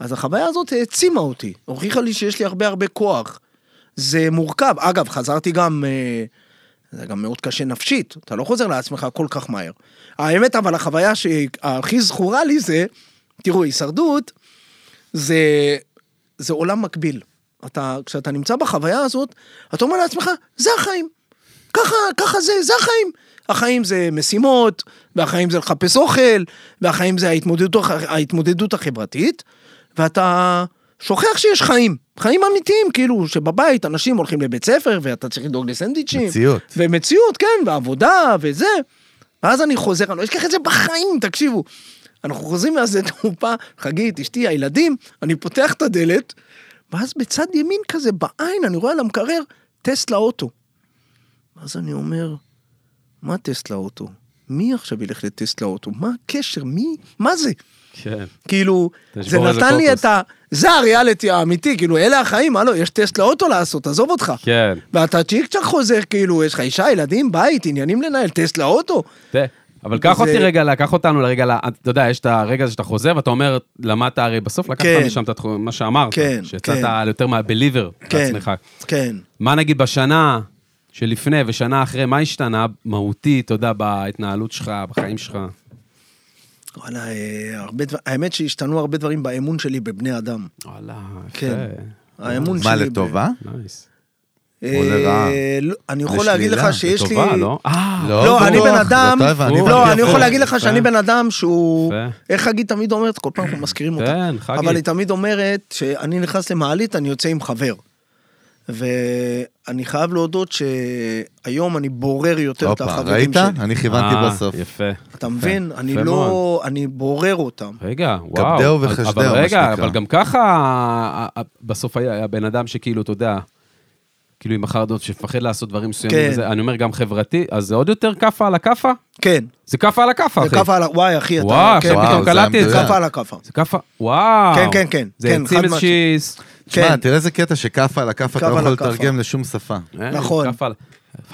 אז החוויה הזאת העצימה אותי, הוכיחה לי שיש לי הרבה הרבה כוח. זה מורכב. אגב, חזרתי גם... אה, זה גם מאוד קשה נפשית, אתה לא חוזר לעצמך כל כך מהר. האמת, אבל החוויה שהכי זכורה לי זה, תראו, הישרדות, זה, זה עולם מקביל. אתה, כשאתה נמצא בחוויה הזאת, אתה אומר לעצמך, זה החיים. ככה, ככה זה, זה החיים. החיים זה משימות, והחיים זה לחפש אוכל, והחיים זה ההתמודדות, הח- ההתמודדות החברתית, ואתה שוכח שיש חיים, חיים אמיתיים, כאילו, שבבית אנשים הולכים לבית ספר, ואתה צריך לדאוג לסנדוויצ'ים.
מציאות.
ומציאות, כן, ועבודה, וזה. ואז אני חוזר, אני לא אשכח את זה בחיים, תקשיבו. אנחנו חוזרים מהשדה תעופה, חגית, אשתי, הילדים, אני פותח את הדלת, ואז בצד ימין כזה, בעין, אני רואה על המקרר, טסט לאוטו. אז אני אומר, מה טסט לאוטו? מי עכשיו ילך לטסט לאוטו? מה הקשר? מי? מה זה?
כן.
כאילו, זה
תשבור איזה
נתן לי
קוקוס.
את ה... זה הריאליטי האמיתי, כאילו, אלה החיים, הלו, יש טסט לאוטו לעשות, עזוב אותך.
כן.
ואתה צ'יק צ'אק חוזר, כאילו, יש לך אישה, ילדים, בית, עניינים לנהל, טסט לאוטו.
תה. אבל קח
זה-
אותי רגע, ל- קח אותנו לרגע, ל- אתה יודע, יש את הרגע הזה שאתה חוזר ואתה אומר, למדת הרי בסוף לקחת
כן.
משם את התחום- מה שאמרת,
כן,
שיצאת
כן.
על יותר מהבליבר
כן,
בעצמך.
כן.
מה נגיד בשנה שלפני ושנה אחרי, מה השתנה מהותית, אתה יודע, בהתנהלות שלך, בחיים שלך?
וואלה, אה, הרבה דבר... האמת שהשתנו הרבה דברים באמון שלי בבני אדם.
וואלה, יפה.
כן. האמון שלי...
מה,
ב-
לטובה?
נייס.
אה,
או לרעה?
לא, אני יכול להגיד
לשלילה?
לך שיש לי...
טובה, לא? אה,
לא, אני
בטוח,
בן אדם,
אתה הבנת, הבנתי
לא, אני
הפוך.
יכול להגיד לך
יפה. כן.
שאני בן אדם שהוא,
יפה.
איך חגית תמיד אומרת, כל פעם אנחנו מזכירים אותה,
כן, חגית.
אבל היא תמיד אומרת שאני נכנס למעלית, אני יוצא עם חבר. ואני חייב להודות שהיום אני בורר יותר את
הופה,
החברים
ראית?
שלי.
אני כיוונתי
אה,
בסוף.
יפה.
אתה מבין? אני
יפה
לא, אני בורר אותם.
רגע, וואו.
כבדהו
אבל-
וחשדהו,
אבל
מה
רגע,
שנקרא.
אבל גם ככה, ה- ה- בסוף היה היה בן אדם שכאילו, אתה יודע, כאילו עם החרדות, שפחד לעשות דברים מסוימים,
כן.
וזה- אני אומר גם חברתי, אז זה עוד יותר כאפה על הכאפה?
כן,
זה כאפה על הכאפה, אחי.
זה כאפה על ה... וואי, אחי, אתה...
וואו,
כן,
עכשיו
כן,
פתאום
וואו, זה
קלטתי את
המדויק.
זה.
כאפה על הכאפה.
זה כאפה, וואו.
כן, כן, כן,
זה
כן,
העצים
חד
איזושהי...
תשמע,
כן.
תראה איזה קטע שכאפה על הכאפה אתה
כאפה
לא
על
יכול
הכאפה.
לתרגם לשום שפה.
אה,
נכון.
כאפה על-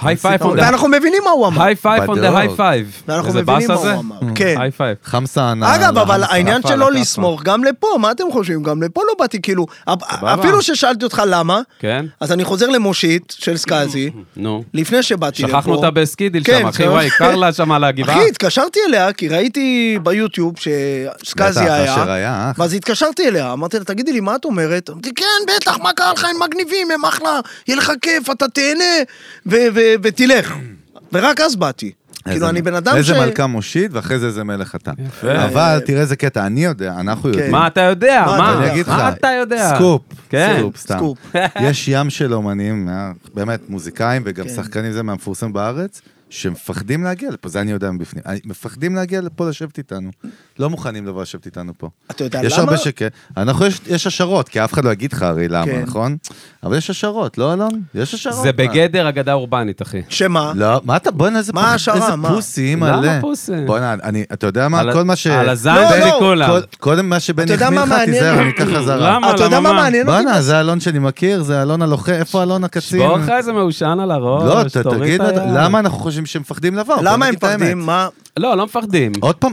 היי פייב און דה
ואנחנו מבינים מה הוא אמר.
היי פייב און דה
בדעות.
היי פייב.
ואנחנו מבינים מה הוא אמר. כן.
היי פייב.
חמסה ענה.
אגב,
ענה,
אבל
חמסה
העניין
עפה
שלא
על הכאפה.
לסמוך, גם לפה, מה אתם חושבים? גם לפה לא באתי, כאילו,
סבבה.
אפילו ששאלתי אותך למה,
כן?
אז אני חוזר למושית של סקאזי,
נו.
לפני שבאתי לפה.
שכחנו אותה בסקידיל
כן,
שם, אחי,
כן.
וואי, לא- קר לה שם על הגבעה.
אחי, התקשרתי אליה, כי ראיתי ביוטיוב שסקאזי
בטח,
היה.
אשר היה, אח.
ואז התקשרתי אליה, אמרתי לה, תגידי לי, מה את אומרת? אמרתי, כן, בטח, מה קרה לך, הם מגניבים, הם אחלה, יהיה לך כיף, אתה תהנה, ו- ו- ותלך. ורק אז באתי.
איזה-
כאילו, אני בן אדם ש...
איזה מלכה מושיט, ואחרי זה איזה מלך אתה.
יפה.
אבל תראה איזה קטע, אני יודע,
כן.
אנחנו יודעים.
מה אתה יודע?
מה
מה?
אתה
כן. אני אגיד לך,
מה אתה יודע?
סקופ,
כן.
סקופ, סתם.
סקופ.
יש ים של אומנים, אה, באמת, מוזיקאים וגם
כן.
שחקנים, זה מהמפורסם בארץ, שמפחדים להגיע לפה, זה אני יודע מבפנים. אני- מפחדים להגיע לפה לשבת איתנו. לא מוכנים לבוא לשבת איתנו פה.
אתה יודע
יש
למה?
הרבה שכן. אנחנו, יש- יש השערות, כי אף אחד לא יגיד לך הרי למה,
כן.
נכון? אבל יש השערות, לא אלון? יש השערות.
זה
מה?
בגדר אגדה אורבנית, אחי.
שמה?
לא, מה אתה, בוא'נה, איזה
מה
פח-
ההשערה?
איזה
מה?
פוסי,
למה
מלא.
פוסי?
בוא'נה, אני, אתה יודע מה,
על-
כל מה ש...
על הזין
לא,
שלי
לא.
כולם.
כל- קודם מה שבן
אתה יודע
החמיא
מה
לך,
מעניין?
תיזהר, אני אקח חזרה.
למה?
אתה יודע מה
למה?
מעניין אותי?
בואנה, זה אלון שאני מכיר, זה אלון הלוחם, איפה אלון הקצין?
שבור לך איזה מעושן על הראש,
לא, ת-
תוריד
תגיד,
את היד.
למה אנחנו חושבים שהם מפחדים לבוא? בוא
למה הם
נגיד את האמת.
מפחדים? מה?
לא, לא מפחדים.
עוד פעם,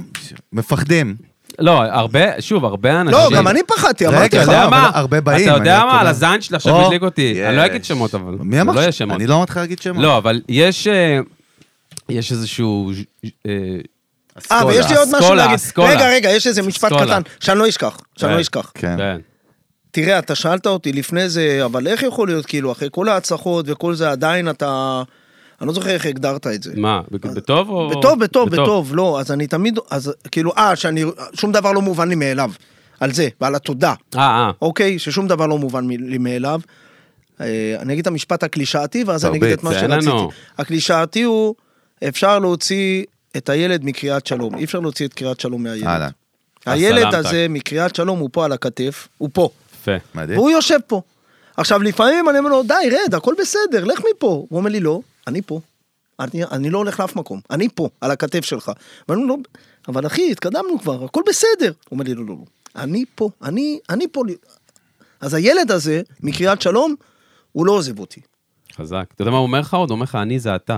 מפחדים.
לא, הרבה, שוב, הרבה אנשים...
לא, גם אני פחדתי, אמרתי
אתה
רגע,
לך.
לא,
יודע
אבל
מה?
הרבה באים,
אתה
אני
יודע
רק
מה? על
אומר.
הזין שלי עכשיו
או,
הדליק אותי. אני לא
יש.
אגיד שמות, אבל.
מי אמר?
לא
ש-
יהיה שמות.
אני לא אמרתי לך להגיד שמות.
לא, אבל יש... אה, יש איזשהו... אה,
אה, ויש לי עוד משהו
אסכולה,
להגיד.
אסכולה.
רגע, רגע, יש איזה משפט
אסכולה.
קטן, שאני לא אשכח, שאני
כן.
לא אשכח.
כן.
כן.
תראה, אתה שאלת אותי לפני זה, אבל איך יכול להיות, כאילו, אחרי כל ההצלחות וכל זה, עדיין אתה... אני לא זוכר איך הגדרת את זה.
מה, בק- בטוב או...
בטוב, בטוב, בטוב, לא, אז אני תמיד, אז כאילו, אה, שאני, שום דבר לא מובן לי מאליו. על זה, ועל התודה,
אה, אה.
אוקיי? ששום דבר לא מובן מ- לי מאליו. אה, אני אגיד את המשפט הקלישאתי, ואז אני אגיד
תרביץ,
את מה
זה
שרציתי.
לנו.
הקלישאתי הוא, אפשר להוציא את הילד מקריאת שלום. אי אפשר להוציא את קריאת שלום מהילד.
הלאה,
הילד
הסלמתק.
הזה מקריאת שלום הוא פה על הכתף, הוא פה.
יפה.
מדהים.
והוא יושב פה. עכשיו, לפעמים אני אומר לו, די, רד, הכל בסדר, לך מפה. הוא אומר לי, לא, אני פה. אני, אני לא הולך לאף מקום, אני פה, על הכתף שלך. ואני אומר לו, "לא, אבל אחי, התקדמנו כבר, הכל בסדר. הוא אומר לי, לא, לא, לא, אני פה, אני, אני פה. אז הילד הזה, מקריאת שלום, הוא לא עוזב אותי.
חזק. אתה יודע מה הוא אומר לך עוד? הוא אומר לך, אני זה אתה.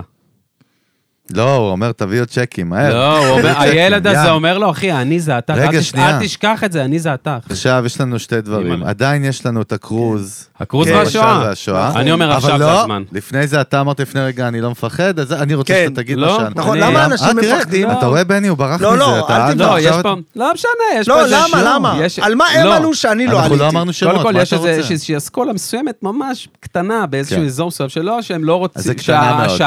לא, הוא אומר, תביא עוד צ'קים, מהר.
לא, הוא אומר-
צ'קים,
הילד
ים.
הזה אומר לו, אחי, אני זה אתה.
כן. רגע,
אל תש-
שנייה.
אל תשכח את זה, אני זה אתה. אחי."
עכשיו יש לנו שתי דברים.
אימא'לה.
עדיין יש לנו את הקרוז.
הקרוז
כן,
והשואה.
למשל, והשואה.
אני אומר,
אבל
עכשיו
לא,
זה הזמן.
לפני זה אתה אמרת לפני רגע, אני לא מפחד, אז אני רוצה
כן,
שאתה תגיד
לא,
מה שאני...
נכון,
אני-
למה אנשים
אה, תראה,
מפחדים?
לא.
אתה רואה, בני, הוא ברח
לא,
מזה.
לא,
אתה-
אל תברח.
לא,
עכשיו
יש
אתה-
פעם... לא משנה, יש פה
לא,
איזה
למה,
שיעור.
למה?
יש-
על מה הם
לא.
עלו שאני לא
אנחנו
עליתי?
לא אמרנו שמות,
קודם כל,
מה
יש
אתה
איזה-
רוצה?
יש איזושהי אסכולה מסוימת ממש קטנה באיזשהו
כן.
אזור מסוים שלא, שהם לא רוצים...
אז זה קטנה מאוד.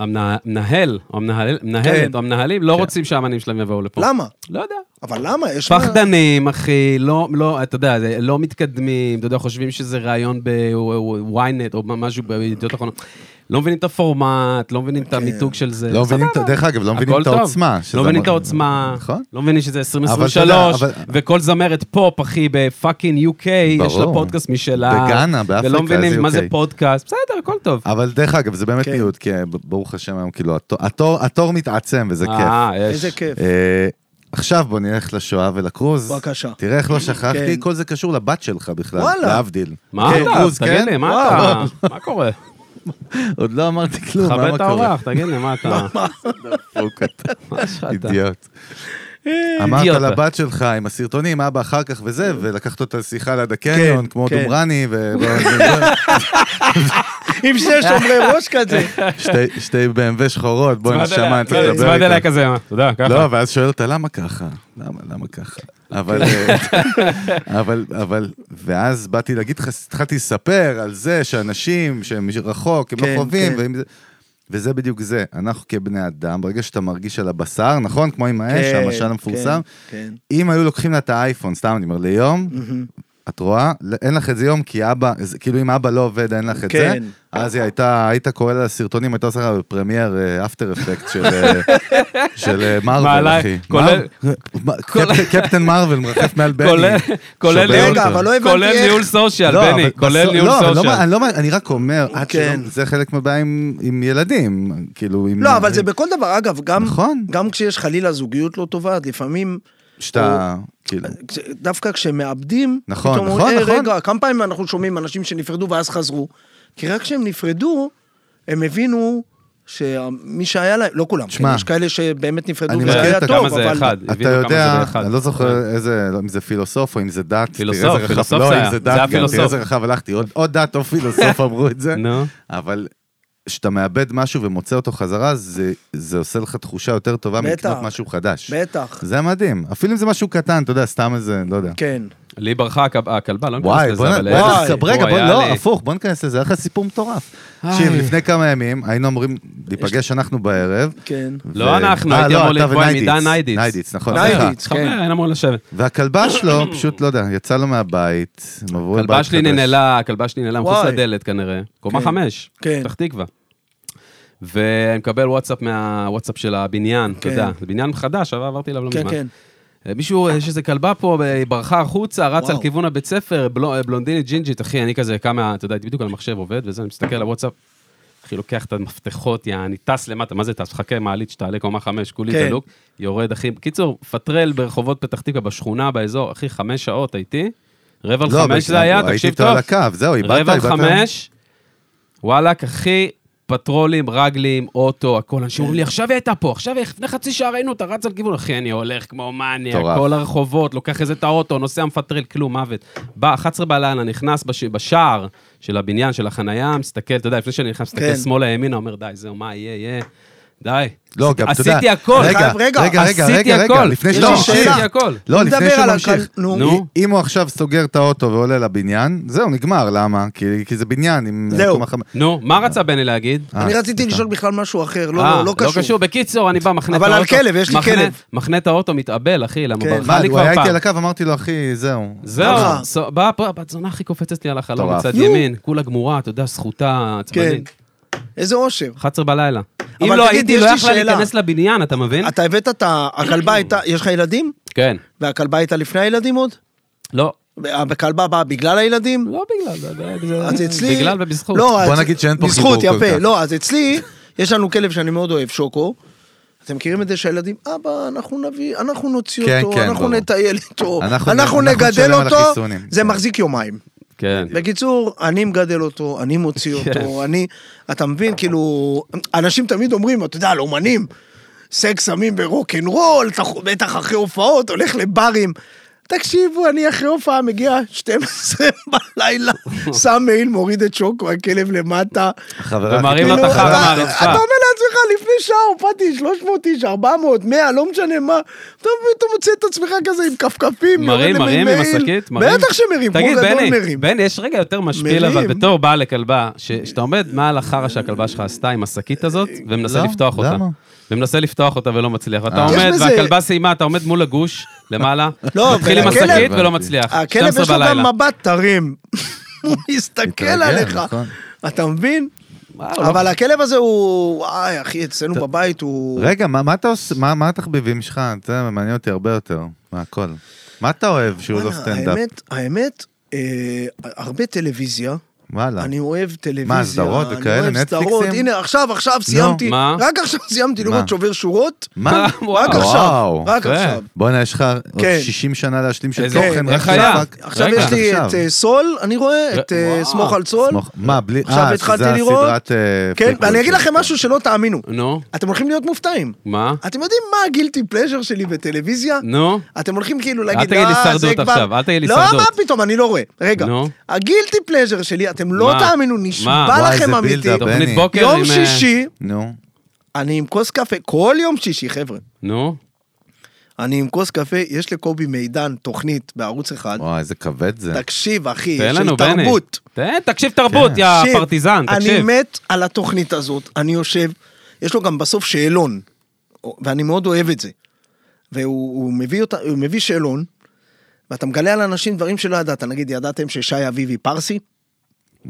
שהמנהל, או המנהל-
כן.
המנהלת, או המנהלים,
כן.
לא רוצים שהאמנים שלהם יבואו לפה.
למה?
לא יודע.
אבל למה? יש...
פחדנים, אחי, לא, לא, אתה יודע, זה לא מתקדמים, אתה יודע, חושבים שזה ראיון בוויינט או משהו בידיעות אחרונות. לא מבינים את הפורמט, לא מבינים את המיתוג של זה.
כן. לא מבינים את-
סבבה.
דרך אגב, לא מבינים
הכל
את
טוב.
העוצמה, שזה
לא מבינים את
אמור-
העוצמה,
נכון.
לא מבינים שזה
אבל אתה יודע,
2023,
אבל-
וכל זמרת פופ, אחי, בפאקינג UK, יש לה
ברור.
פודקאסט משלה.
בגאנה, באפריקה,
ולא
איזה
מבינים מה זה
UK.
פודקאסט, בסדר, הכל טוב.
אבל דרך אגב, זה באמת
כן.
מיעוט, כי ברוך השם היום, כאילו, התור- התור- התור מתעצם וזה כיף.
אה, יש.
איזה כיף.
אה, עכשיו בוא נלך לשואה ולקרוז.
בבקשה.
תראה איך לא שכחתי,
כן.
כל זה קשור לבת שלך בכלל,
וואלה.
להבדיל.
מה
כן,
אתה?
קרוז,
תגיד
כן?
לי, מה
וואו.
אתה? מה קורה?
עוד לא אמרתי כלום, מה
תכבד
מה
את
קורה?
האורח, תגיד לי, מה אתה?
דפוק אתה.
מה יש לך, אתה?
אידיוט. אמרת
אידיוט.
לבת שלך עם הסרטונים, אבא אחר כך וזה, ולקחת אותה לשיחה ליד הקניון,
כן,
כמו
כן.
דומרני, ו-
עם שני שומרי ראש כזה.
שתי- שתי BMW שחורות, בואי
צמד
נשמה,
אליי,
אני צריך לדבר
צמד אליי
איתך.
כן, כזה, תודה, ככה.
לא, ואז שואל אותה, למה ככה? למה, למה ככה? אבל, אה, אבל, אבל, ואז באתי להגיד לך, התחלתי לספר על זה שאנשים שהם רחוק, הם
כן,
לא חווים,
כן.
ואם זה- וזה בדיוק זה. אנחנו כבני אדם, ברגע שאתה מרגיש על הבשר, נכון? כמו עם האש,
כן,
המשל המפורסם,
כן, כן.
אם היו לוקחים לה את האייפון, סתם אני אומר, ליום, את רואה? לא- אין לך איזה יום, כי אבא, זה- כאילו אם אבא לא עובד, אין לך את זה.
כן.
אז היא הייתה, היית קורא לה סרטונים, הייתה עושה לה בפרמייר אה, אפטר אפקט של, אה, של אה, מרוויל,
מעלה-
אחי.
כולל-
מר- מ- קפטן- קפטן מרוול מרחף מעל בני.
כולל- כולל
שובר
ניהול-
רגע,
אותו.
אבל לא הבנתי
כולל
איך-
ניהול סושיאל,
לא, אבל
בני, כולל
בסוף-
ניהול
לא, אבל לא מה-
סושיאל.
אני לא מה- אני רק אומר, עד
כן.
שלא- זה חלק מהבעיה עם עם ילדים, כאילו, עם...
לא, אבל זה בכל דבר. אגב, גם,
נכון.
גם כשיש חלילה זוגיות לא טובה, אז לפעמים,
שאתה, כאילו...
כש- דווקא כשמאבדים,
נכון,
פתאום
נכון,
אומרים, "אה,
נכון."
רגע, כמה פעמים אנחנו שומעים אנשים שנפרדו ואז חזרו, כי רק כשהם נפרדו, הם הבינו שמי שהיה להם, לא כולם,
שמע,
כן, יש כאלה שבאמת נפרדו,
אני
וזה
מכיר
היה
את
טוב,
הכמה
זה
אבל...
אחד.
אתה
הבינו כמה זה
יודע,
באחד.
אני לא זוכר איזה, לא, אם זה פילוסוף או אם זה דת. תראה
פילוסוף,
איזה רחב-
פילוסוף
לא,
זה
אם
היה.
דת,
זה היה
גם, תראה
פילוסוף.
איזה רחב הלכתי, עוד- או דת או פילוסוף אמרו את זה.
נו.
אבל כשאתה מאבד משהו ומוצא אותו חזרה, זה, זה עושה לך תחושה יותר טובה
בטח.
מלקנות משהו חדש.
בטח,
זה מדהים, אפילו אם זה משהו קטן, אתה יודע, סתם איזה, לא יודע.
כן.
לי ברחה הכ- הכלבה, לא ניכנס
וואי,
לזה,
בוא נ-
אבל...
בוא
היה-
נעשה,
הוא
רגע, בוא,
היה
לא,
לי-
הפוך, בוא ניכנס לזה, היה לך סיפור מטורף. תקשיב, לפני כמה ימים היינו אמורים להיפגש אנחנו בערב.
כן.
לא
ו-
אנחנו,
אה,
הייתי
לא,
אמור
אתה
לקבוע עם
וניידיץ.
עידן ניידיץ.
ניידיץ, נכון, סליחה.
ניידיץ,
חבר,
כן.
אין אמור לשבת.
והכלבה שלו, פשוט לא יודע, יצא לו מהבית, הם עברו לבית
הכלבה שלי
חדש.
ננעלה, הכלבה שלי ננעלה מחוץ
וואי.
לדלת כנראה. קומה
כן.
חמש,
כן.
פתח תקווה. ואני מקבל וואטסאפ מהוואטסאפ של הבניין, אתה
כן.
יודע, זה בניין חדש, אבל עברתי אליו לא
כן,
מזמן.
כן.
מישהו, אה, יש איזה כלבה פה, היא ברחה החוצה, רצה
וואו.
על כיוון הבית ספר, בלו- בלונדינית ג'ינג'ית, אחי, אני כזה כמה, אתה יודע, הייתי בדיוק על המחשב עובד, וזה, אני מסתכל על הוואטסאפ, אחי, לוקח את המפתחות, יא, אני טס למטה, מה זה טס? חכה מעלית שתעלה קומה חמש, כולי
כן.
דלוק, יורד, אחי. בקיצור, פטרל ברחובות פתח תקווה, בשכונה, באזור, אחי, חמש שעות הייתי, רבע
לא,
לחמש
אבל-
זה היה,
הייתי
תקשיב
איתו
טוב,
על הקו, זהו, איבדת,
רבע
איבדת.
חמש, וואלכ, אחי, פטרולים, רגלים, אוטו, הכל. אנשים אומרים לי, עכשיו היא הייתה פה, עכשיו היא- לפני חצי שעה ראינו אותה, רץ על כיוון. אחי, אני הולך כמו מניאק,
מטורף.
כל הרחובות, לוקח איזה את האוטו, נוסע מפטרל, כלום, מוות. בא, 11 בלילה, נכנס בש- בשער של הבניין, של החנייה, מסתכל, אתה יודע, לפני שאני נכנס, מסתכל
כן.
שמאלה, ימינה, אומר, די, זהו, מה יהיה, יהיה. די.
לא, גם, אתה יודע...
עשיתי הכל.
רגע,
חייב- רגע,
רגע, רגע,
עשיתי
רגע, רגע,
הכל.
לפני
יש
שאתה
לי
ממשיך.
שאלה.
עשיתי הכל.
לא, לפני
נדבר
שהוא
על
ממשיך.
הכל- נו.
נו.
אם הוא עכשיו סוגר את האוטו ועולה לבניין, זהו, נגמר, למה? כי כי זה בניין עם...
זהו.
קומה חמש-
נו, מה רצה בני להגיד?
אה,
אני רציתי לשאול בכלל משהו אחר, לא-
אה,
לא לא
לא קשור,
קשור.
בקיצור, אני בא, מחנה את
אבל
האוטו.
על כלב, יש לי
מחנה-
כלב.
מחנה את האוטו, מתאבל, אחי, למה
כן.
ברחה
מה,
לי
הוא
כבר
היה איתי
פעם.
על הקו, אמרתי לו, אחי, זהו. אה,
זהו,
ככה.
ס- באה פה, בת זונה הכי קופצת לי על החלום
מטורף.
מצד
נו.
ימין, כולה גמורה, אתה יודע, זכותה, עצבנית.
כן. איזה אושר.
11 בלילה. אם
כן. אבל
לא
תגיד,
הייתי,
יש
לא
לי
יכלה
שאלה.
להיכנס לבניין, אתה מבין?
אתה הבאת את ה... הכלבה הייתה... יש לך ילדים?
כן.
והכלבה הייתה לפני הילדים עוד?
לא.
הכלבה באה בגלל הילדים?
לא בגלל, לא יודע, זה-
אז אצלי...
בגלל ובזכות.
לא,
בוא
אז-
נגיד שאין פה
בזכות,
חיבור כל
יפה.
כך.
לא, אז אצלי, יש לנו כלב שאני מאוד אוהב, שוקו. אתם מכירים את זה שהילדים, אבא, אנחנו נביא, אנחנו נוציא
כן,
אותו,
כן,
אנחנו
ברור.
נטייל איתו,
אנחנו-
אנחנו
אנחנו
נגדל
נשלם על
אותו,
החיסונים.
זה
כן.
מחזיק יומיים.
כן.
בקיצור, אני מגדל אותו, אני מוציא אותו, אני... אתה מבין, כאילו... אנשים תמיד אומרים, אתה יודע, על אומנים, סקס, סמים ורוקנרול, אתה חו- בטח אחרי הופעות, הולך לברים. תקשיבו, אני אחרי הופעה מגיע 12 בלילה, שם מעיל, מוריד את שוקו, הכלב למטה.
חברה
ומרים
הכי
לו את
טובה.
כאילו,
החרא
אתה-
מהרצפה.
אתה אומר לעצמך, לפני שעה הופעתי 300 איש, 400, 100, לא משנה מה. אתה אתה מוצא את עצמך כזה עם כפכפים, יורד
מרים, מרים עם
למעיל.
השקית, מרים.
בטח שמרים, כמו
תגיד,
גדול
בני,
מרים.
בני, יש רגע יותר משפיל,
מרים.
אבל בתור בעל לכלבה, ש- שאתה עומד מעל החרא שהכלבה שלך עשתה עם השקית הזאת,
אה,
ומנסה
לא,
לפתוח אותה.
למה?
ומנסה לפתוח אותה ולא מצליח. ואתה
אה.
עומד,
יש בזה-
והכלבה סיימה, אתה עומד מול הגוש, למעלה,
לא,
מתחיל עם
ולכלב-
השקית ולא מצליח.
הכלב
12
אה, יש לו גם
בלילה.
מבט טרים. הוא מסתכל
מתרגל,
עליך.
נכון.
אתה מבין?
וואו, לא
אבל הכלב הזה הוא... וואי, אחי, אצלנו בבית הוא...
רגע, מה מה אתה עושה, מה- מה התחביבים שלך? זה מעניין אותי הרבה יותר, מהכל. מה אתה אוהב שהוא לא
וואלה,
סטנדאפ?
אה, האמת, האמת, אה, הרבה טלוויזיה.
וואלה.
אני אוהב טלוויזיה.
לא. מה, סדרות
אני
וכאלה?
אוהב
נטפליקסים?
סדרות. הנה, עכשיו, עכשיו סיימתי.
לא. מה?
רק עכשיו סיימתי
מה?
לראות שובר שורות.
מה?
וואו.
רק עכשיו.
וואו. כן.
רק
יפה.
עכשיו.
בואנה, יש לך עוד
כן.
60 שנה להשלים של
איזה-
תוכן,
איך
רק של
היה?
פאק.
עכשיו
רגע.
יש לי את אה, סול, אני רואה, את אה,
וואו.
סמוך על סול.
סמוך- מה, בלי...
עכשיו
אה,
התחלתי
זה
לראות.
הסדרת, אה,
כן,
פריקוול
ואני אגיד
של-
לכם משהו שלא תאמינו.
נו,
אתם הולכים להיות מופתעים.
מה?
אתם יודעים מה הגילטי פלז'ר שלי בטלוויזיה?
נו,
אתם הולכים כאילו להגיד,
תגיד לי
"אה, זה
הישרדות
כבר-"
עכשיו, אל תגיד לי
לא,
הישרדות.
מה פתאום, אני לא רואה. רגע,
נו.
הגילטי פלז'ר שלי, אתם לא
מה?
תאמינו,
מה?
נשבע
וואי,
לכם
זה
אמיתי.
בילדאפ.
תוכנית
בני.
בוקר עם...
יום
אה,
שישי,
נו.
אני עם כוס קפה, כל יום שישי, חבר'ה.
נו,
אני עם כוס קפה, יש לקובי מידן תוכנית בערוץ אחד.
וואי, איזה כבד זה.
תקשיב, אחי,
כן. תן
של
לנו, בני.
תרבות.
תן, תקשיב תרבות, יא
תקשיב,
פרטיזן,
אני
תקשיב.
מת על התוכנית הזאת, אני יושב, יש לו גם בסוף שאלון, ואני מאוד אוהב את זה. והוא הוא מביא, אותה, הוא מביא שאלון, ואתה מגלה על אנשים דברים שלא ידעת, נגיד ידעתם ששי אביבי פרסי?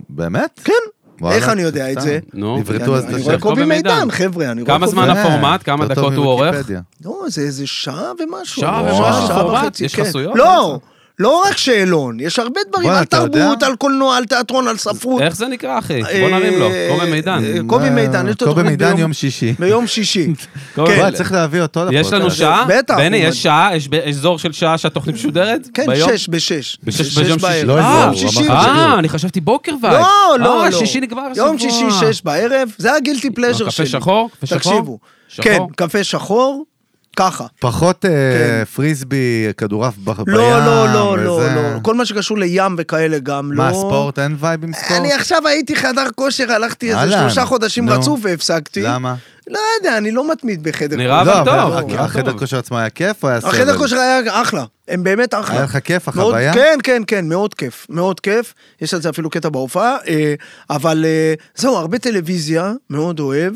באמת?
כן.
וואלה,
איך אני יודע את
סתם.
זה?
נו.
נברטו אז
אני,
את
אני
השם.
רואה קובי
קובי
מידן,
מידן,
חבר'ה, אני רואה
כמה
קובי
זמן
מידן.
אה,
הפורמט? כמה
יותר
דקות
טוב
הוא עורך?
מוויקיפדיה.
לא, זה איזה שעה ומשהו.
שעה
וואו.
ומשהו
שעה
פורמט?
וחצי,
יש
כן.
חסויות?
לא,
איזה?
לא רק שאלון, יש הרבה דברים,
וואלה,
על
אתה יודע?
תרבות, על קולנוע, על תיאטרון, על ספרות.
איך זה נקרא, אחי? בוא נרים לו,
אה,
קורא מידן.
אה, קובי מידן, יש לו
קובי
תוכנית
מידן
ביום- כן.
יום שישי.
ביום שישי.
קובי
כן.
מידן.
וואי, צריך להביא אותו לפה.
יש לנו
אתה-
שעה?
אה, בטח,
בני,
הוא-
יש שעה? יש ב- אזור של שעה שהתוכנית משודרת?
כן,
ביום?
שש, בשש.
בשש ביום שישי.
בערב.
לא,
אה,
לא,
יום
הוא
שישי.
אמר
בשש.
אה, אני חשבתי בוקר וייב.
לא, לא,
אה,
לא.
שישי נגמר השבוע.
יום שישי, שש בערב, זה הגילטי פלז'ר
לא, קפה
שלי.
שחור? קפה שחור?
תקשיבו.
שחור?
כן, קפה שחור, ככה.
פחות אה, פריסבי, כדורעף ב- בים.
כן. לא, לא, לא, לא,
וזה.
לא. כל מה שקשור לים וכאלה גם לא.
מה, ספורט? אין וייב עם ספורט?
אני עכשיו הייתי חדר כושר, הלכתי איזה
אהלן.
שלושה חודשים
נו.
רצוף והפסקתי.
למה?
לא יודע, אני לא מתמיד בחדר
נראה אבל
לא,
טוב,
אבל
נראה
החדר
טוב.
כושר עצמו היה כיף או היה סבל?
החדר כושר היה אחלה, הם באמת אחלה.
היה לך כיף,
מאוד-
החוויה?
כן, כן, כן, מאוד כיף, מאוד כיף. יש על זה אפילו קטע בהופעה, אה, אבל אה, זהו, הרבה טלוויזיה, מאוד אוהב.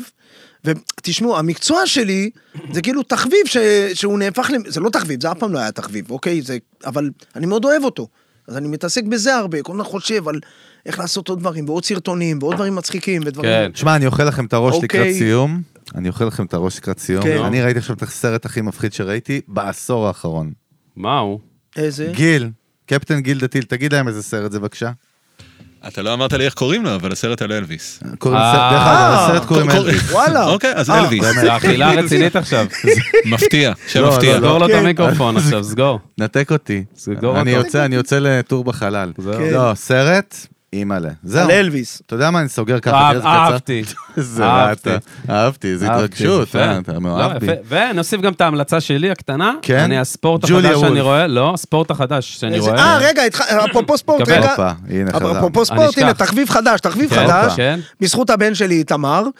ותשמעו, המקצוע שלי זה כאילו תחביב ש... שהוא נהפך ל... זה לא תחביב, זה אף פעם לא היה תחביב, אוקיי? זה... אבל אני מאוד אוהב אותו. אז אני מתעסק בזה הרבה, כל הזמן חושב על איך לעשות עוד דברים, ועוד סרטונים, ועוד דברים מצחיקים, ודברים...
כן.
שמע, אני אוכל לכם את הראש
אוקיי.
לקראת סיום. אני אוכל לכם את הראש לקראת סיום.
כן.
אני ראיתי עכשיו את הסרט הכי מפחיד שראיתי בעשור האחרון.
מה הוא?
איזה...
גיל, קפטן גיל דתיל, תגיד להם איזה סרט זה בבקשה.
אתה לא אמרת לי איך קוראים לו, אבל הסרט על אלוויס.
קוראים לסרט- דרך אגב,
אה,
לסרט קוראים
קור-
לא, אלוויס.
וואלה.
אוקיי, אז
אה,
אלוויס.
זה אכילה רצינית עכשיו.
מפתיע, שם
לא,
מפתיע.
סגור לו את
כן.
המיקרופון עכשיו, סגור.
נתק אותי.
סגור
אני
אותו.
יוצא, אני יוצא לטור בחלל.
לא
כן.
זהו.
לא, סרט, אימא'לה. זהו.
על אלוויס.
אתה יודע מה, אני סוגר ככה.
אה,
תראה, זה קצר.
אהבתי.
איזה
אהבתי.
רעתה. אהבתי, איזה
אהבתי,
התרגשות,
יפה.
אה, אתה מאוהב בי.
לא, יפה. ונוסיף גם את ההמלצה שלי הקטנה.
כן?
אני הספורט
ג'וליה
החדש שאני
וולף.
רואה, לא, הספורט החדש שאני
איזה-
רואה.
אה, רגע, התח- אפרופו ספורט,
קבל.
רגע.
הופה, הנה
אבל
חזר.
אפרופו ספורט,
אשכח.
הנה, תחביב חדש, תחביב
כן,
חדש,
כן.
בזכות הבן שלי איתמר, הוא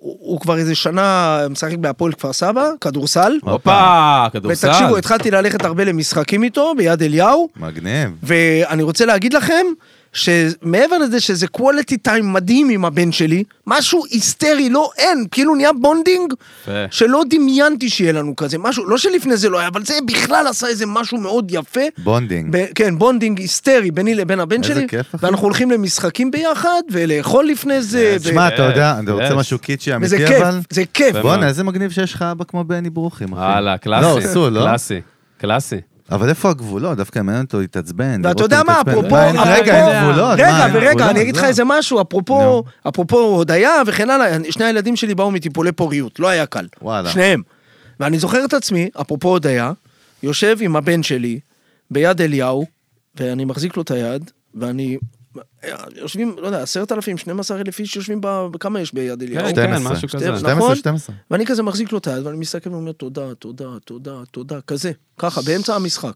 הוא- הוא כבר איזה שנה משחק בהפועל כפר סבא, כדורסל,
הופה, כדורסל.
ותקשיבו, התחלתי ללכת הרבה למשחקים איתו ביד אליהו,
מגניב.
ואני רוצה להגיד לכם, שמעבר לזה שזה quality time מדהים עם הבן שלי, משהו היסטרי, לא אין, כאילו נהיה בונדינג
יפה.
שלא דמיינתי שיהיה לנו כזה, משהו, לא שלפני זה לא היה, אבל זה בכלל עשה איזה משהו מאוד יפה,
בונדינג.
ב- כן, בונדינג היסטרי ביני לבין הבן
איזה
שלי.
כיף, אחי. אה,
ואנחנו הולכים למשחקים ביחד, ולאכול לפני זה. ו-
שמע, אתה יודע,
Yes,
אתה רוצה
אה, yes.
משהו קיצ'י
וזה
אמיתי,
כיף,
אבל...
זה כיף.
ו-
בואנה, איזה מגניב שיש לך אבא כמו בני ברוכים, אחי.
הלאה,
לא,
קלאסי.
אסור, לא?
קלאסי, קלאסי.
אבל איפה הגבולות? דווקא מעניין אותו להתעצבן. לראות
ואתה
אותו
יודע מה,
מתעצבן.
אפרופו,
אין- רגע,
אפרופו-
אין גבולות. מה,
רגע,
אין
ורגע,
גבולות,
אני אגיד לך
לא.
איזה משהו, אפרופו, אפרופו הודיה וכן הלאה, אני- שני הילדים שלי באו מטיפולי פוריות, לא היה קל.
וואלה.
שניהם. ואני זוכר את עצמי, אפרופו הודיה, יושב עם הבן שלי ביד אליהו, ואני מחזיק לו את היד, ואני... יושבים, לא יודע, עשרת אלפים, 12 אלף איש יושבים ב... כמה יש ביד אליהו?
כן, כן,
12.
משהו כזה.
12,
נכון?
12.
ואני כזה מחזיק לו את היד, ואני מסתכל ואומר תודה, תודה, תודה, תודה, כזה, ככה, באמצע המשחק.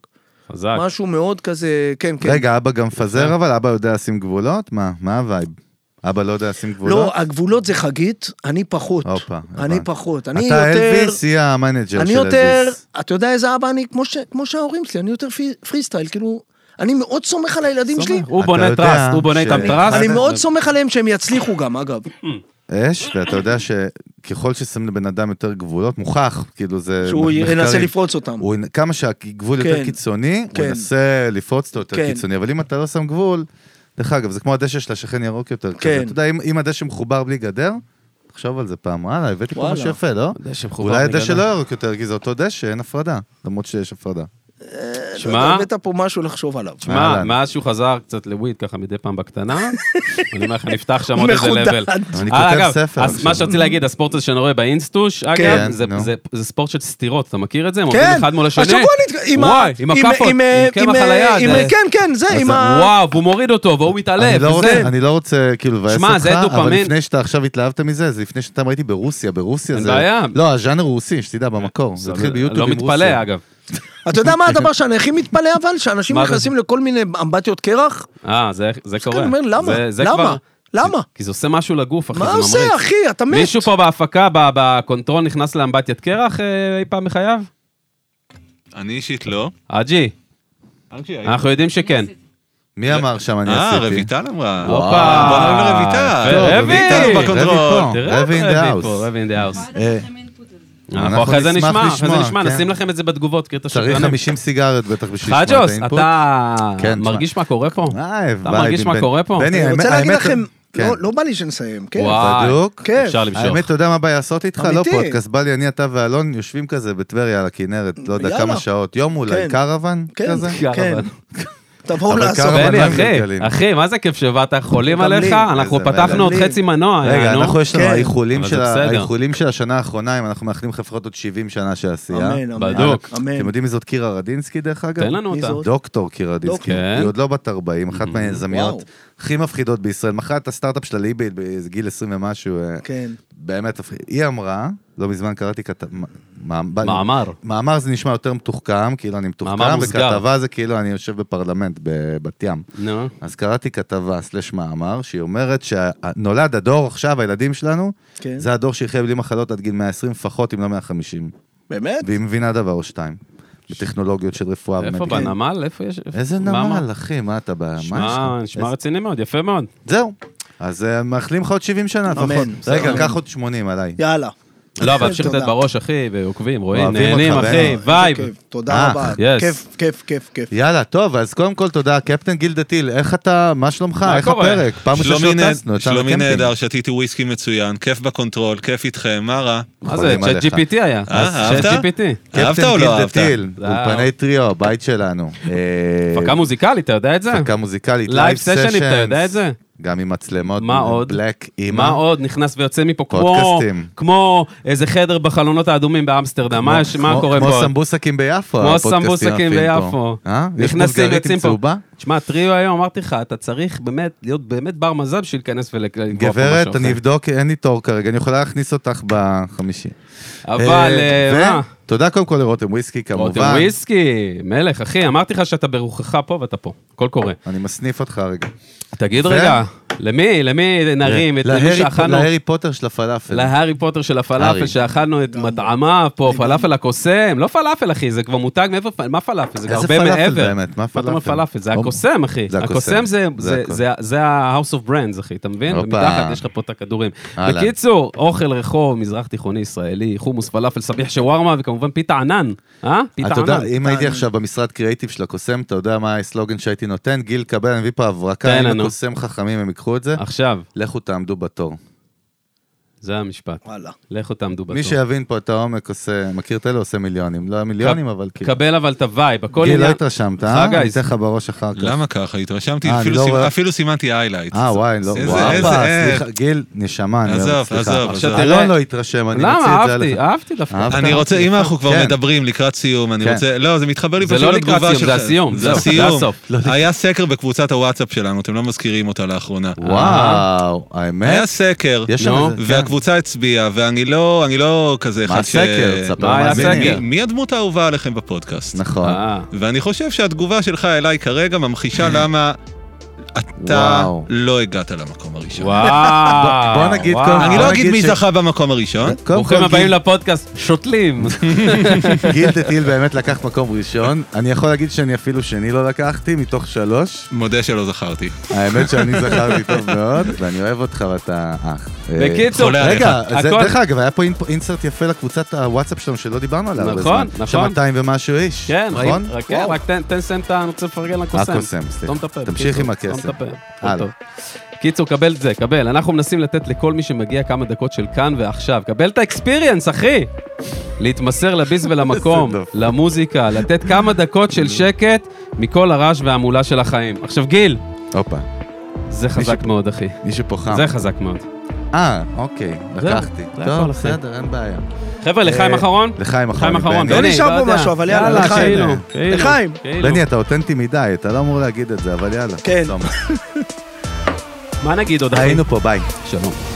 חזק.
משהו מאוד כזה, כן, כן.
רגע, אבא גם מפזר, אבל אבא יודע לשים גבולות? מה, מה הווייב? אבא לא יודע לשים גבולות?
לא, הגבולות זה חגית, אני פחות.
הופה,
אני
הבנתי.
פחות. אני
אתה
יותר...
אלביס, היא המנג'ר
אני
של
יותר...
אלביס.
אתה יודע איזה אבא אני? כמו ש- כמו שההורים שלי, אני יותר פי- פרי סטייל, כאילו... אני מאוד סומך על הילדים שלי.
הוא
אתה
בונה
יודע
טראסט, הוא בונה
ש-
איתם טראסט.
אני מאוד סומך עליהם שהם יצליחו גם, אגב.
אש, ואתה יודע שככל ששמים לבן אדם יותר גבולות, מוכח, כאילו זה...
שהוא
מחקרים.
ינסה לפרוץ
נכון.
אותם.
הוא, כמה שהגבול
כן.
יותר קיצוני,
כן.
הוא ינסה לפרוץ אותו יותר
כן.
קיצוני, אבל אם אתה לא שם גבול, דרך אגב, זה כמו הדשא של השכן ירוק יותר. כן. כזה.
כן.
אתה יודע, אם, אם הדשא מחובר בלי גדר, תחשוב על זה פעם, וואלה, הבאתי פה
וואלה.
משהו יפה, לא?
דשא מחובר
אולי
בלי
הדשא
גדר.
לא ירוק יותר, כי זה אותו דשא, אין הפרדה, למרות שיש הפרדה.
אתה
שמע,
הבאת פה משהו לחשוב עליו.
שמע,
אהלן.
מאז שהוא חזר קצת לוויד ככה מדי פעם בקטנה, אני אומר לך, נפתח שם עוד איזה
מחודד.
לבל.
אני
אה,
כותב
אגב,
ספר
אז
עכשיו.
מה שרציתי להגיד, הספורט הזה שאני רואה באינסטוש, אגב,
כן,
זה-
נו.
זה- זה ספורט של סתירות, אתה מכיר את זה? הם עובדים
כן,
אחד מול השני.
השבוע נתק... עם ה-
וואי, עם הכאפות, עם
אה,
קמח
אה,
על היד.
עם-
אה.
כן, כן, זה, עם ה...
וואו, והוא מוריד אותו, והוא מתעלף,
אני לא,
וזה.
רוצה, אני לא רוצה כאילו לבאס
שמע,
אותך,
זה
אבל
דופמין.
לפני שאתה עכשיו התלהבת מזה, זה לפני שנתיים ראיתי ברוסיה, ברוסיה
אין
זה...
בעיה.
לא, הז'אנר הוא רוסי, שתדע, במקור. זה התחיל ביוטיוב
לא
עם רוסיה.
מתפלא, אגב.
אתה יודע מה הדבר שאני הכי מתפלא אבל? שאנשים
מה זה?
נכנסים לכל מיני אמבטיות קרח?
אה, זה- זה קורה.
אני אומר, למה?
זה- זה
למה?
כבר-
למה?
כי זה עושה משהו לגוף, אחי, זה
מה
ממריץ.
עושה, אחי? אתה מת.
מישהו פה בהפקה, ב- בקונטרול, נכנס לאמבטיית קרח אה, אי פעם בחייו?
אני אישית לא.
אג'י, אנחנו יודעים שכן.
מי אמר שם, אני
אה,
עשיתי? לא,
רויטל אמרה.
הופה.
בוא נראה לרויטל.
יפה,
טוב,
רבי!
רויטל
רבי
רבי
בקונטרול.
פה.
תראה,
רבי in the
רבי
house.
פה, רבי in the house.
אה,
אנחנו אחרי זה
נשמח
נשמע, אחרי זה
לשמוע,
נשמע,
כן.
נשים לכם את זה בתגובות, קטע של
צריך 50 סיגריות בטח בשביל לשמוע את
חג'וס,
האינפוט.
אתה
כן,
מרגיש מה קורה פה?
אה,
אתה
וייב
מרגיש
עם
מה
בן-
קורה פה?
בני,
אני
האמת-
רוצה להגיד
האמת-
לכם-
כן.
לא- לא בא לי שנסיים, כן.
וואי,
בדוק?
כן.
אפשר למשוך.
האמת, אתה יודע מה הבעיה לעשות איתך? לא
אמיתי.
פודקאסט, בא לי, אני, אתה ואלון יושבים כזה בטבריה על הכנרת, לא יודע
יאללה.
כמה שעות, יום אולי,
כן.
קרוון
כן.
כזה.
כן.
אבל-
תבואו
אבל
לעשות.
כמה-
בני,
אבל
אחי,
מגלגלים.
אחי, מה זה כיף שבאת, חולים עליך?
מגלגלים.
אנחנו
איזה
פתחנו עוד
מגלגלים.
חצי מנוע,
רגע,
יענו.
אנחנו יש לנו
כן.
האיחולים
אבל
של
זה
ה-
בסדר.
האיחולים של השנה האחרונה, אם אנחנו מאחלים לפחות עוד 70 שנה של עשייה.
אמן, אמן.
בדוק.
אתם
אמן.
יודעים מי זאת קירה רדינסקי דרך אגב?
תן לנו
מי
אותה.
זאת?
דוקטור קירה רדינסקי.
כן. Mm-hmm.
היא עוד לא בת 40, אחת מהיזמיות
וואו.
הכי מפחידות בישראל. מכרה את הסטארט-אפ שלה ליבי בגיל 20 ומשהו. אה,
כן.
באמת, מפחיד. היא אמרה, לא מזמן קראתי כתב...
מאמר.
מאמר זה נשמע יותר מתוחכם, כאילו אני
מאמר
מתוחכם,
מוסגר.
וכתבה זה כאילו אני יושב בפרלמנט בבת ים.
נו.
אז קראתי כתבה סלש מאמר, שהיא אומרת שנולד הדור עכשיו, הילדים שלנו,
כן.
זה הדור שיחיה בלי מחלות עד גיל 120 לפחות, אם לא 150.
באמת?
והיא מבינה דבר או שתיים, בטכנולוגיות של רפואה
איפה,
ומדיקה.
בנמל? איפה יש?
איזה
מה, מה?
נמל, אחי, מה אתה ב... מה יש לך?
נשמע- נשמע
איזה-
רציני מאוד, יפה מאוד.
זהו. אז אה, מאחלים לך עוד 70 שנה
אמן.
לפחות.
בסדר.
רגע,
אמן.
קח עוד 80 עליי.
יאללה.
לא, אבל אפשר לתת
תודה.
בראש, אחי, ועוקבים, רואים,
אוהבים
נהנים,
אותך,
אחי,
בן.
וייב.
איזה כיף. תודה
אה,
רבה.
yes.
כיף, כיף, כיף, כיף.
יאללה, טוב, אז קודם כל תודה. קפטן גיל דתיל, איך אתה, מה שלומך?
מה
איך
קורה?
הפרק? פעם ראשונה
שלומי נה-
שהוטסנו, יצאנו
שלומי
לקמפינג.
נהדר, שתיתי וויסקי מצוין, כיף בקונטרול, כיף איתכם, מה רע?
מה זה,
חולים
צ'אט
עליך.
GPT היה.
אה, אהבת?
צ'אט GPT.
אהבת
קפטן
או לא
גיל
אהבת?
דתיל,
זהו.
אולפני טריו, הבית שלנו. אה,
הפקה מוזיקלית, אתה יודע את זה?
הפקה מוזיקלית,
Live sessions, אתה יודע את זה?
גם עם מצלמות,
מה עוד?
בלק, אימא.
מה עוד נכנס ויוצא מפה? כמו-
פודקאסטים.
כמו איזה חדר בחלונות האדומים באמסטרדם, מה יש- מה
כמו-
קורה פה?
כמו סמבוסקים ביפו,
כמו
הפודקאסטים
סמבוסקים
היפים פה.
ביפו.
אה? יש
נכנסים,
בולגרית
יוצאים
עם
פה.
צהובה?
תשמע, טריו היום, אמרתי לך, אתה צריך באמת להיות באמת בר מזל בשביל להיכנס ולקבוע פה משהו.
גברת, אני
אחר.
אבדוק, אין לי תור כרגע, אני יכולה להכניס אותך בחמישי.
אבל, אה,
אה, ו-
מה?
תודה קודם כל לרותם וויסקי,
רותם
כמובן.
וויסקי, מלך, אחי, אמרתי לך שאתה ברוחך פה ואתה פה, הכל קורה.
אני מסניף אותך רגע.
תגיד
ו-
רגע, למי, למי נרים את מי
להארי-
שאכלנו?
להארי פוטר של הפלאפל.
להארי פוטר של הפלאפל,
הארי.
שאכלנו את מטעמה פה, פלאפל הקוסם, לא פלאפל, אחי, זה כבר מותג מעבר, פ- מה פלאפל? זה
איזה
הרבה
פלאפל
מעבר.
באמת? מה
אתה אומר
פלאפל?
פלאפל? זה
או-
הקוסם, אחי.
זה
הקוסם
הקוסם.
זה-
זה
זה-
הכל.
זה- זה ה-house of brands, אחי, אתה מבין?
הופה.
ומתחת יש לך פה את הכדורים.
אהלן.
בקיצור, אוכל רחוב, מזרח תיכוני ישראלי, חומוס, פלאפל, סביח שווארמה, וכמובן פיתה ענן. אה? פיתה
אתה יודע,
ענן.
אם הייתי עכשיו במשרד קריאיטיב של הקוסם, אתה יודע מה הסלוגן שהייתי נותן? גיל, קבל, אני מביא פה
תן
הברקה, אם
לנו. אה.
הקוסם חכמים הם ייקחו את זה,
עכשיו,
לכו תעמדו בתור.
זה המשפט.
וואלה.
לכו תעמדו בתור.
מי שיבין פה את העומק עושה, מכיר את אלה עושה מיליונים. לא מיליונים, אבל כאילו.
קבל אבל את הווייב, הכל
גיל, לא התרשמת, אה?
חגי,
אני אתן לך בראש אחר כך.
למה ככה? התרשמתי,
אה,
אפילו
אני לא
סימ-
רואה.
אפילו סימנתי איילייט.
אה, וואי, לא,
איזה-
וואפה,
איזה- אה,
סליחה, גיל, נשמה, אני
עזוב,
אוהב, סליחה.
עזוב,
עכשיו
עזוב.
תראה-
אלון לא התרשם, אני
למה?
מוציא את זה עליך.
אהבתי, אהבתי דווקא.
אהבת?
אני רוצה, אם אנחנו כבר
כן.
מדברים לקראת סיום, אני
כן.
רוצה, לא, זה מתחבר לי
זה
פשוט
לא לקראת
לתגובה
סיום, זה
שלך.
הסיום,
זה
זהו, זה
הסיום.
הסוף.
היה סקר בקבוצת הוואטסאפ שלנו, אתם לא מזכירים אותה לאחרונה.
אה.
וואו, האמת?
היה סקר,
יש שם
נו.
איזה... כן.
והקבוצה הצביעה, ואני לא, אני לא כזה אחד
מה הסקר?
ש...
תספר
מה לא, היה
מה
הסקר?
מי- מי הדמות האהובה עליכם בפודקאסט?
נכון.
אה,
ואני חושב שהתגובה שלך אליי כרגע
כן.
ממחישה למה אתה
וואו.
לא הגעת למקום הראשון.
אה, וואו.
בוא נגיד
וואו.
קודם-
אני
בוא
לא אגיד
נגיד
מי
ש- כן.
זכה במקום הראשון.
קודם
ברוכים
כל,
הבאים
גיל- נכון?
לפודקאסט, שותלים.
גיל דתיל באמת לקח מקום ראשון. אני יכול להגיד שאני אפילו שני לא לקחתי, מתוך שלוש.
מודה שלא זכרתי.
האמת שאני זכרתי טוב מאוד, ואני אוהב אותך ואתה אח. אה,
בקיצור,
חולה עליך.
רגע, זה-
הכל-
דרך אגב, היה פה אינפ- אינסרט יפה לקבוצת הוואטסאפ שלנו שלא דיברנו עליה הרבה זמן.
נכון, נכון.
ש-200 ומשהו איש,
כן,
נכון?
ראית? רק- כן, רק תן תן לסיים את ה... אני רוצה לפרגן לקוסם. לא
הקוסם, סליחה.
סתום את הפה.
תמשיך
בקיצור,
עם הקסם.
סתום את הפה. הכל
הלאה.
טוב. קיצור, קבל את זה, קבל. אנחנו מנסים לתת לכל מי שמגיע כמה דקות של כאן ועכשיו. קבל את האקספיריאנס, אחי! להתמסר לביס ולמקום,
איזה דפוק.
למוזיקה, לתת כמה דקות של שקט מכל הרעש וההמולה של החיים. עכשיו, גיל,
הופה,
זה חזק מאוד, אחי.
מישהו פה חם.
זה חזק מאוד.
אה, אוקיי,
זהו,
לקחתי.
זה
טוב,
הכל, אחי.
בסדר, אין בעיה.
חבר'ה, לחיים
אה,
אחרון?
לחיים אחרון.
לחיים אחרון,
בני.
לא
בני,
נשאר פה
יודע.
משהו, אבל יאללה, לחיים.
כאילו,
לחיים.
כאילו,
לחיים.
כאילו.
בני, אתה אותנטי מדי, אתה לא אמור להגיד את זה, אבל יאללה.
כן.
סתם.
מה נגיד עוד, אחי?
היינו פה, ביי.
שלום.